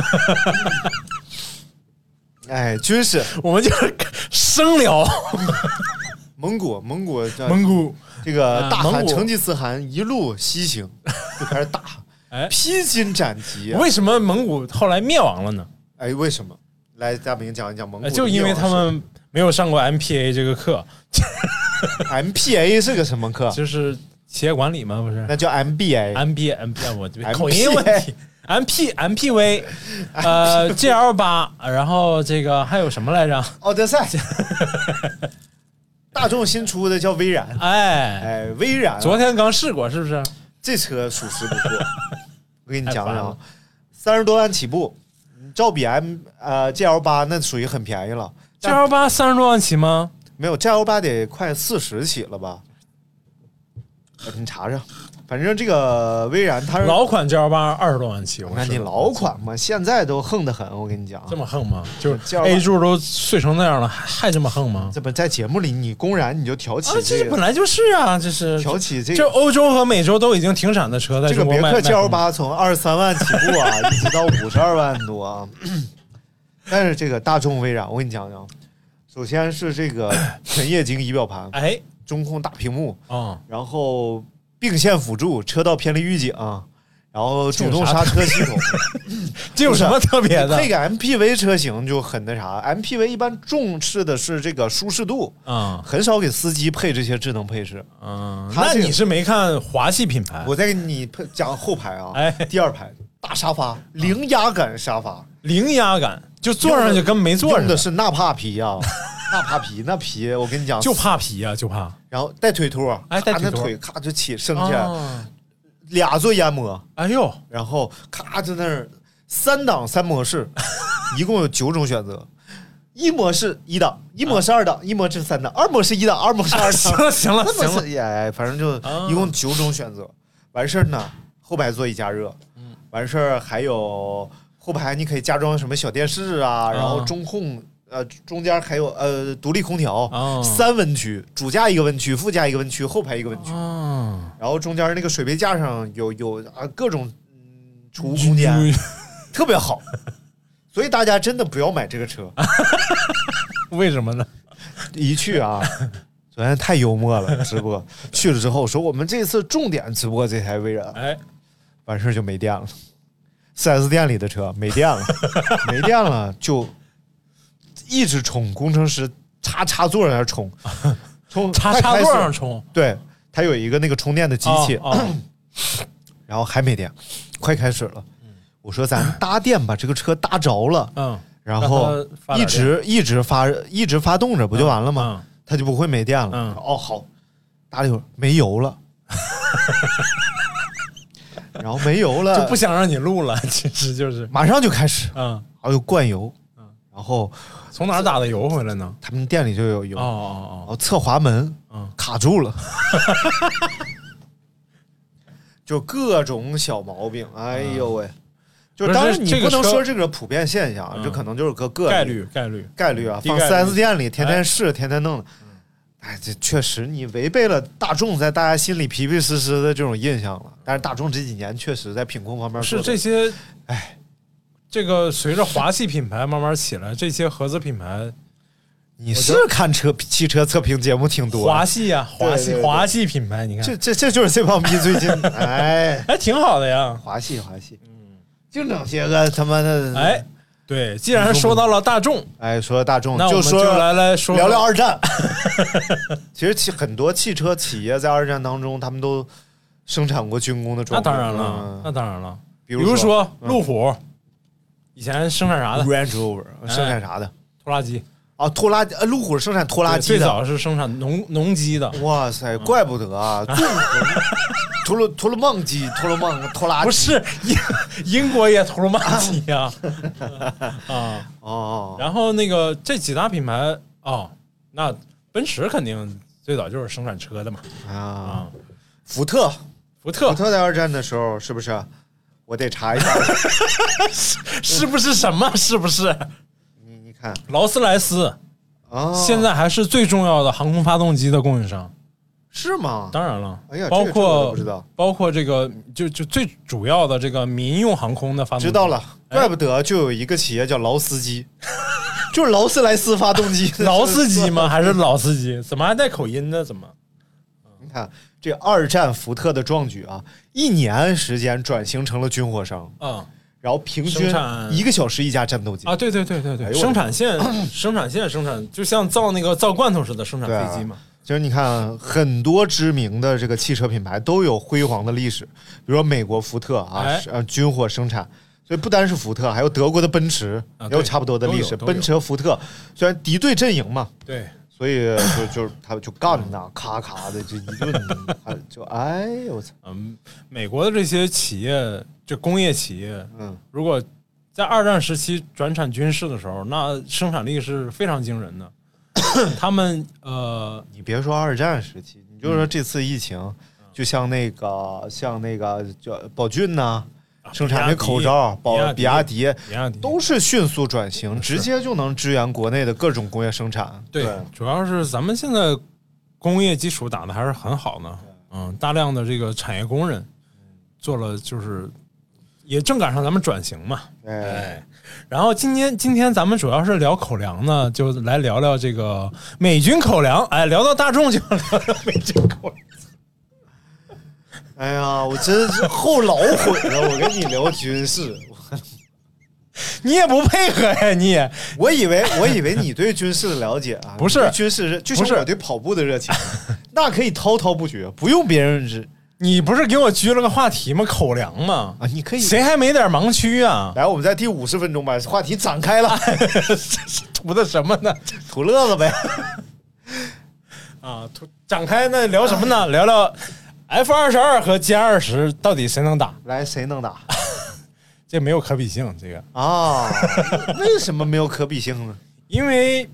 Speaker 5: 哎，军事，
Speaker 6: 我们就是生聊
Speaker 5: 蒙古，蒙古，
Speaker 6: 蒙古，啊
Speaker 5: 这个大
Speaker 6: 蒙
Speaker 5: 汗
Speaker 6: 古
Speaker 5: 成吉思汗一路西行，就开始 打，
Speaker 6: 哎
Speaker 5: 披荆斩棘。啊
Speaker 6: 为什么蒙古后来灭亡了呢？
Speaker 5: 哎，为什么？来，大明讲一讲蒙古
Speaker 6: 呃
Speaker 5: 的
Speaker 6: 就因为他们没有上过 MPA 这个课，
Speaker 5: MPA 是个什么课？
Speaker 6: 就是企业管理嘛，不是
Speaker 5: 那叫 MBA。
Speaker 6: ？MBA MBA 我这
Speaker 5: MPA
Speaker 6: 口音问 题，MP MPV，呃 GL 八，然后这个还有什么来着？
Speaker 5: 奥哦德 赛，大众新出的叫威然。
Speaker 6: 哎，
Speaker 5: 哎，威然啊，
Speaker 6: 昨天刚试过，是不是？
Speaker 5: 这车属实不 错。我给你讲
Speaker 6: 太
Speaker 5: 讲
Speaker 6: 烦了
Speaker 5: 啊，三十多万起步，照比 M 呃 GL 八那属于很便宜了。 但
Speaker 6: GL 八三十多万起吗？
Speaker 5: 没有 GL 八得快四十起了吧？呃你查查，反正这个威然它是，
Speaker 6: 老款 GL 八二十多万起，我
Speaker 5: 那
Speaker 6: 说
Speaker 5: 你老啊款嘛，现在都横得很。我跟你讲啊，
Speaker 6: 这么横吗？就是
Speaker 5: GL8
Speaker 6: A 柱都碎成那样了，还还这么横吗？
Speaker 5: 这不在节目里你公然你就挑起
Speaker 6: 啊，这
Speaker 5: 这
Speaker 6: 是本
Speaker 5: 个，
Speaker 6: 来就是啊，这是
Speaker 5: 挑起这
Speaker 6: 就
Speaker 5: 个。
Speaker 6: 欧洲和美洲都已经停产的车，在
Speaker 5: 这个
Speaker 6: 中国
Speaker 5: 别
Speaker 6: 卖嗯
Speaker 5: 克 GL
Speaker 6: 卖
Speaker 5: 八从二十三万起步啊，一直到五十二万多啊。但是这个大众威然，我跟你讲讲，首先是这 个全液晶仪表盘
Speaker 6: 不，卖哎，
Speaker 5: 中控大屏幕，
Speaker 6: 哦，
Speaker 5: 然后并线辅助、车道偏离预警、啊然后主动
Speaker 6: 这有啥
Speaker 5: 刹车系统。
Speaker 6: 这有什么特别的
Speaker 5: 那？个 MPV 车型就很那啥，MPV 一般重视的是这个舒适度，
Speaker 6: 嗯
Speaker 5: 很少给司机配这些智能配置。
Speaker 6: 嗯，
Speaker 5: 它
Speaker 6: 那
Speaker 5: 这个
Speaker 6: 你是没看华系品牌
Speaker 5: 我再给你配讲后排啊，
Speaker 6: 哎
Speaker 5: 第二排大沙发，零压感沙发，
Speaker 6: 零压感，就坐上去跟没坐
Speaker 5: 用
Speaker 6: 似
Speaker 5: 的是纳帕皮啊， 纳帕皮那皮，我跟你讲
Speaker 6: 就怕皮啊，就怕
Speaker 5: 然后带腿托，
Speaker 6: 哎带
Speaker 5: 咔那
Speaker 6: 腿托
Speaker 5: 腿咔就起升起来，
Speaker 6: 啊！
Speaker 5: 俩座研磨，
Speaker 6: 哎呦，
Speaker 5: 然后咔在那儿三档三模 式，一共有九种选择。一模式一档，一模式二档，一模式三档，二模式一档，二模式二
Speaker 6: 行
Speaker 5: 档，
Speaker 6: 了行了
Speaker 5: 那
Speaker 6: 行
Speaker 5: 么
Speaker 6: 了，
Speaker 5: 是哎，反正
Speaker 6: 啊
Speaker 5: 就一共九种选择。完事儿呢，后排座椅加热，
Speaker 6: 嗯
Speaker 5: 完事儿还有后排你可以加装什么小电视啊，然后中控呃中间还有呃独立空
Speaker 6: 啊
Speaker 5: 调，三温区，主驾一个温区，副驾一个温区，后排一个温区，
Speaker 6: 嗯，
Speaker 5: 然后中间那个水杯架上有有啊各种嗯储物空间，特别好。所以大家真的不要买这个车，
Speaker 6: 为什么呢？
Speaker 5: 一去 啊，昨天太幽默了，直播去了之后说我们这次重点直播这台威然，
Speaker 6: 哎，
Speaker 5: 完事儿就没电了。4S 店里的车没电 了，没电了就一直充，工程师插插座在那儿充，充
Speaker 6: 插
Speaker 5: 快
Speaker 6: 插
Speaker 5: 开
Speaker 6: 座
Speaker 5: 始
Speaker 6: 上充
Speaker 5: 对，它有一个那个充电的机器，
Speaker 6: 哦哦
Speaker 5: 然后还没电，快开始了。我说咱搭电把这个车搭着了，
Speaker 6: 嗯，
Speaker 5: 然后
Speaker 6: 让它发
Speaker 5: 一
Speaker 6: 点
Speaker 5: 直一直发一直发动着，不就完了吗？
Speaker 6: 嗯
Speaker 5: 它就不会没电了。
Speaker 6: 嗯
Speaker 5: 哦，好，搭了一会儿没油了， 然后没油了
Speaker 6: 就不想让你录了， 其实就是，
Speaker 5: 马上就开始，
Speaker 6: 嗯，
Speaker 5: 然后又灌油，然后
Speaker 6: 从哪儿打的油回来呢？
Speaker 5: 他们店里就有油，
Speaker 6: 哦
Speaker 5: 然
Speaker 6: 哦
Speaker 5: 后侧滑门
Speaker 6: 嗯
Speaker 5: 卡住了。 就各种小毛病，哎呦喂！就
Speaker 6: 嗯不是
Speaker 5: 当然你
Speaker 6: 这
Speaker 5: 不
Speaker 6: 个
Speaker 5: 能
Speaker 6: 车
Speaker 5: 说这个普遍现象，
Speaker 6: 嗯
Speaker 5: 这可能就是个
Speaker 6: 哦，
Speaker 5: 个
Speaker 6: 概率概率，
Speaker 5: 概率啊，
Speaker 6: 嗯低
Speaker 5: 放
Speaker 6: 概率嗯
Speaker 5: 4S 店里天天试，天天弄的。哎，这确实你违背了大众在大家心里皮皮实实的这种印象了。但是大众这几年确实在品控方面
Speaker 6: 是
Speaker 5: 做得
Speaker 6: 这些，哎，这个随着华系品牌慢慢起来，这些合资品牌，
Speaker 5: 你是看车汽车测评节目挺多
Speaker 6: 华
Speaker 5: 的，
Speaker 6: 系啊，华系
Speaker 5: 对对对
Speaker 6: 华系品牌，你看
Speaker 5: 这这这就是这帮逼最近 哎，
Speaker 6: 还挺好的呀。
Speaker 5: 华系华系，就整些个他妈的
Speaker 6: 嗯哎，对，既然说到了大众，
Speaker 5: 哎说大众
Speaker 6: 那我们
Speaker 5: 说
Speaker 6: 来来嗯说
Speaker 5: 聊聊。二战。 其实汽很多汽车企业在二战当中，他们都生产过军工的装
Speaker 6: 那
Speaker 5: 备，
Speaker 6: 当然了，那
Speaker 5: 嗯
Speaker 6: 当然了，
Speaker 5: 比
Speaker 6: 比如嗯
Speaker 5: 如
Speaker 6: 说路虎，以前生产啥的？哎
Speaker 5: Range Rover 生产啥的，
Speaker 6: 拖拉机，
Speaker 5: 啊，拖拉呃，路虎是生产拖拉机
Speaker 6: 最
Speaker 5: 的。
Speaker 6: 早嗯是生产农农机的，
Speaker 5: 哇塞，怪不得 啊！纵横图鲁图鲁梦机、图鲁梦拖拉机
Speaker 6: 不是英英 国也图鲁曼机呀啊。
Speaker 5: 哦，
Speaker 6: 然后那个这几大品牌哦，那奔驰肯定最早就是生产车的嘛
Speaker 5: 啊，
Speaker 6: 啊，
Speaker 5: 福特，
Speaker 6: 福特
Speaker 5: 福特在二战的时候是不是？我得查 一下，
Speaker 6: 是不是什么？是不是
Speaker 5: 你你看
Speaker 6: 劳斯莱斯？
Speaker 5: 啊，
Speaker 6: 现在还是最重要的航空发动机的供应商。
Speaker 5: 是吗？
Speaker 6: 当然了，
Speaker 5: 哎呀，这
Speaker 6: 包
Speaker 5: 个这个我都
Speaker 6: 括
Speaker 5: 不知道，
Speaker 6: 包括这个就就最主要的这个民用航空的发动机。
Speaker 5: 知道，了，
Speaker 6: 哎
Speaker 5: 怪不得就有一个企业叫劳斯基， 就是劳斯莱斯发动机，
Speaker 6: 劳斯基吗？还是老司机？怎么还带口音呢？怎么？
Speaker 5: 你看这二战福特的壮举啊，一年时间转型成了军火商，
Speaker 6: 啊、
Speaker 5: 然后平均
Speaker 6: 生产
Speaker 5: 一个小时一架战斗机
Speaker 6: 啊！对对对对
Speaker 5: 哎
Speaker 6: 对，
Speaker 5: 呦我
Speaker 6: 生产线 生产线生产，就像造那个造罐头似的生产
Speaker 5: 对啊
Speaker 6: 飞机嘛。
Speaker 5: 就是你看，很多知名的这个汽车品牌都有辉煌的历史，比如说美国福特啊
Speaker 6: 哎，
Speaker 5: 是呃，军火生产。所以不单是福特，还有德国的奔驰
Speaker 6: 啊
Speaker 5: 也
Speaker 6: 对
Speaker 5: 有差不多的历史。
Speaker 6: 都有都有
Speaker 5: 奔驰、和福特虽然敌对阵营嘛，
Speaker 6: 对，
Speaker 5: 所以就就是他们就干呐，咔咔的就一顿，啊就哎呦我操，
Speaker 6: 嗯，美国的这些企业，就工业企业，
Speaker 5: 嗯，
Speaker 6: 如果在二战时期转产军事的时候，那生产力是非常惊人 的。他们呃，
Speaker 5: 你别说二战时期，你就说这次疫情，
Speaker 6: 嗯
Speaker 5: 就像那个像那个叫宝骏呐、
Speaker 6: 啊
Speaker 5: 生产那口罩，宝比
Speaker 6: 比
Speaker 5: 亚
Speaker 6: 亚
Speaker 5: 迪
Speaker 6: 比亚迪
Speaker 5: 都是迅速转型，直接就能支援国内的各种工业生产。
Speaker 6: 对，主要是咱们现在工业基础打的还是很好呢。嗯，大量的这个产业工人做了，就是也正赶上咱们转型嘛。
Speaker 5: 哎，
Speaker 6: 哎，然后今天今天咱们主要是聊口粮呢，就来聊聊这个美军口粮。哎，聊到大众就聊聊美军口粮。
Speaker 5: 哎呀，我真是后老悔了，我跟你聊军事。
Speaker 6: 你也不配合呀、你也
Speaker 5: 我以为我以为你对军事的了解啊，
Speaker 6: 不是
Speaker 5: 你对军事热，就
Speaker 6: 不是
Speaker 5: 像我对跑步的热情， 那可以滔滔不绝，不用别人指
Speaker 6: 你不是给我撅了个话题吗？口粮吗？
Speaker 5: 啊，你可以。
Speaker 6: 谁还没点盲区啊？
Speaker 5: 来，我们在第五十分钟把话题展开了，
Speaker 6: 图的什么呢？
Speaker 5: 图乐子呗。
Speaker 6: 啊，图展开那聊什么呢？聊聊 F 二十二和歼二十到底谁能打？
Speaker 5: 来，谁能打
Speaker 6: 这没有可比性，这个
Speaker 5: 啊？ 为什么没有可比性呢？
Speaker 6: 因为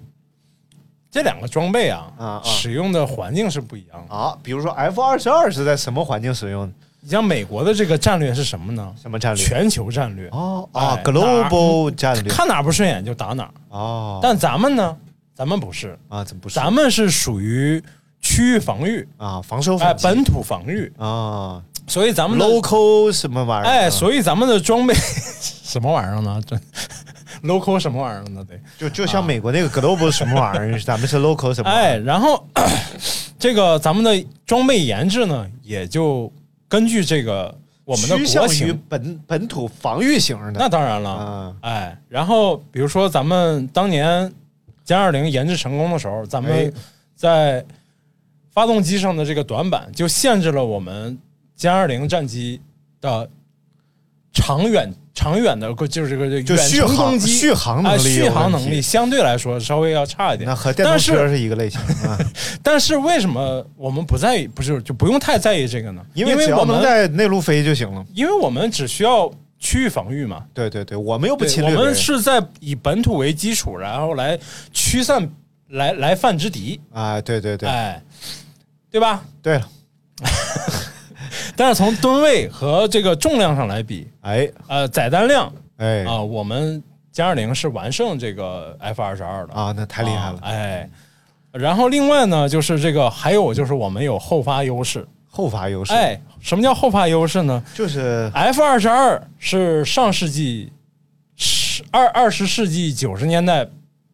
Speaker 6: 这两个装备啊，
Speaker 5: 啊啊
Speaker 6: 使用的环境是不一样的。
Speaker 5: 啊，比如说 F 二十二是在什么环境使用的？
Speaker 6: 你像美国的这个战略是什么呢？
Speaker 5: 什么战略？
Speaker 6: 全球战略，
Speaker 5: 哦啊
Speaker 6: 哎
Speaker 5: ，global 战略
Speaker 6: 看哪不顺眼就打哪儿。
Speaker 5: 哦，
Speaker 6: 但咱们呢？咱们不是，
Speaker 5: 啊，怎么不是
Speaker 6: 咱们是属于区域防御，
Speaker 5: 啊？防守
Speaker 6: 哎，
Speaker 5: 反击
Speaker 6: 本土防御，
Speaker 5: 啊
Speaker 6: 所以咱们的
Speaker 5: ，local 什么玩意儿？嗯
Speaker 6: 哎，所以咱们 的装备什么玩意儿呢？这 local 什么玩意儿呢？得
Speaker 5: 就就像美国那个 global 什么玩意 儿，咱们是 local 什么？
Speaker 6: 啊哎，，然后 这个咱们的装备研制呢，也就根据这个我们的
Speaker 5: 趋向
Speaker 6: 国
Speaker 5: 于
Speaker 6: 情。
Speaker 5: 本本土防御型的。
Speaker 6: 那当然了，
Speaker 5: 啊
Speaker 6: 哎，然后比如说咱们当年歼二零研制成功的时候，咱
Speaker 5: 哎
Speaker 6: 们在发动机上的这个短板就限制了我们歼二零战机的长远长远的，就是这个这
Speaker 5: 就
Speaker 6: 远
Speaker 5: 续
Speaker 6: 程
Speaker 5: 航
Speaker 6: 攻击
Speaker 5: 续航能
Speaker 6: 啊
Speaker 5: 力有
Speaker 6: 续航
Speaker 5: 问题
Speaker 6: 能力相对来说稍微要差一点
Speaker 5: 那。和电动
Speaker 6: 但是
Speaker 5: 车是一个类型 啊，
Speaker 6: 但是为什么我们不在意？不是就不用太在意这个呢？
Speaker 5: 因
Speaker 6: 因
Speaker 5: 为只要
Speaker 6: 我
Speaker 5: 能
Speaker 6: 们
Speaker 5: 在内陆飞就行了。
Speaker 6: 因为我们只需要区域防御嘛，
Speaker 5: 对对对，我们又不
Speaker 6: 对
Speaker 5: 侵略别
Speaker 6: 我
Speaker 5: 人，
Speaker 6: 们是在以本土为基础，然后来驱散来来犯之敌，
Speaker 5: 啊，对对对
Speaker 6: 哎，对吧？
Speaker 5: 对了，
Speaker 6: 但是从吨位和这个重量上来比，
Speaker 5: 哎
Speaker 6: 呃，载弹量
Speaker 5: 哎
Speaker 6: 啊、我们歼二零是完胜这个 F 二十二的，
Speaker 5: 啊，那太厉害了，
Speaker 6: 哎。然后另外呢，就是这个还有就是我们有后发优势，
Speaker 5: 后发优势，
Speaker 6: 哎，什么叫后发优势呢
Speaker 5: 就是
Speaker 6: ？F 二十二是上世纪十二二十世纪九十年代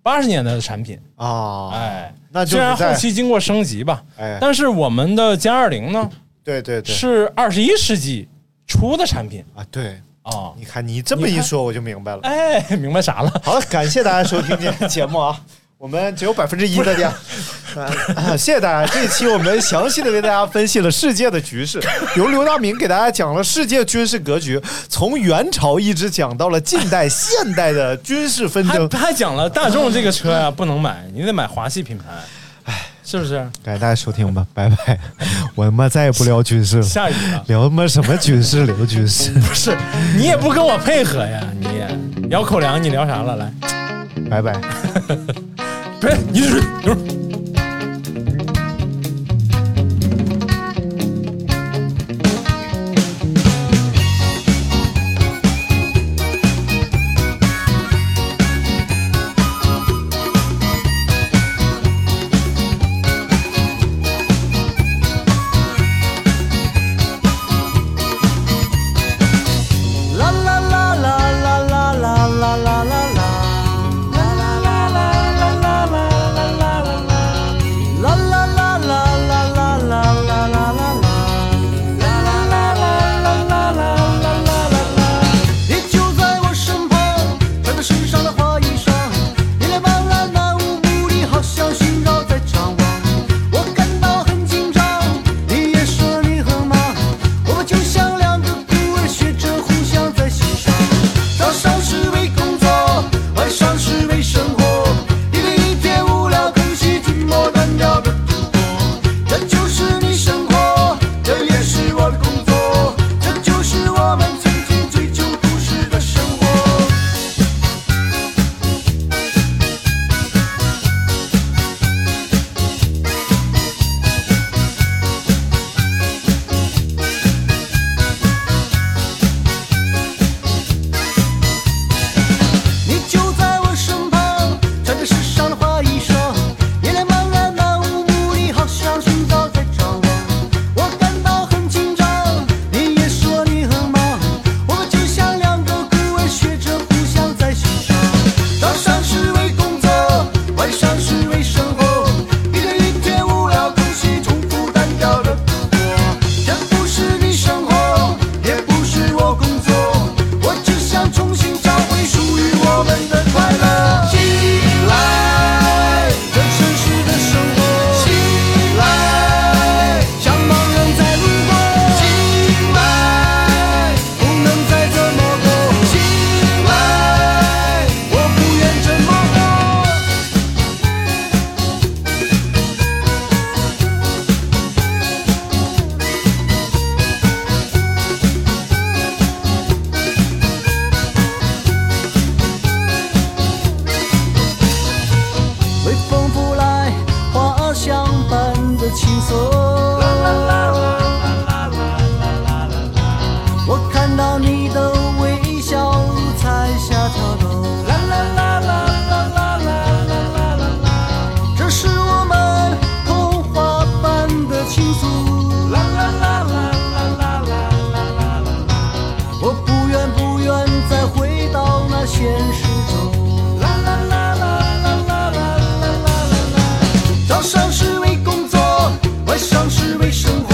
Speaker 6: 八十年代的产品，
Speaker 5: 啊，
Speaker 6: 哎，
Speaker 5: 那就是
Speaker 6: 虽然
Speaker 5: 在
Speaker 6: 后期经过升级吧，
Speaker 5: 哎
Speaker 6: 但是我们的歼二零呢
Speaker 5: 对对对，
Speaker 6: 是二十一世纪初的产品
Speaker 5: 啊，对，
Speaker 6: 啊、
Speaker 5: 你看你这么
Speaker 6: 你
Speaker 5: 一
Speaker 6: 看
Speaker 5: 说我就明白了。
Speaker 6: 哎，明白啥了？
Speaker 5: 好了，感谢大家收听今天的节目啊！ 我们只有百分之一的 量。啊，谢谢大家！这一期我们详细的为大家分析了世界的局势，由刘大明给大家讲了世界军事格局，从元朝一直讲到了近代、现代的军事纷
Speaker 6: 还
Speaker 5: 争。
Speaker 6: 还讲了大众这个车呀、不能买，你得买华系品牌，哎，是不是？
Speaker 5: 感谢大家收听吧，拜拜！我他妈再也不聊军事了，
Speaker 6: 下雨了
Speaker 5: 聊他妈什么军事？聊军事，
Speaker 6: 不是，你也不跟我配合呀，你也聊口粮，你聊啥了？来，
Speaker 5: 拜拜。
Speaker 6: 不是，你是 你是。
Speaker 8: 你就在我身旁，穿着时尚的花衣裳，你脸斑斓那无不力，好像寻找在张望。我感到很紧张，你也说你很忙，我们就像两个孤儿，学着互相在欣赏。早上是为工作，晚上是为生活，一天一天无聊、空虚、寂寞、单调的度过。这就是你生活，这也是我的工作，这就是我们曾经追求故事的生活。你就在我身旁，穿着时尚的花衣裳，你脸满脸那无目的，好像寻找在张望。我感到很紧张，你也说你很忙，我们就像两个孤儿，学着互相在欣赏。早上是为工作，晚上是为生活，一天一天无聊、空虚、重复、单调的度过。这不是你生活，也不是我工作，我只想重新找回属于我们的快乐。起来，这城市的生活。起来，像盲人在路过。起来，不能再怎么过。起来，我不愿这么活。微风拂来，花儿香般的轻松。我看到你的微笑在下跳动。这是我们童话般的情愫。我不愿不愿再回到那现实中。啦啦啦啦啦啦啦啦啦啦啦。早上是为工作，晚上是为生活，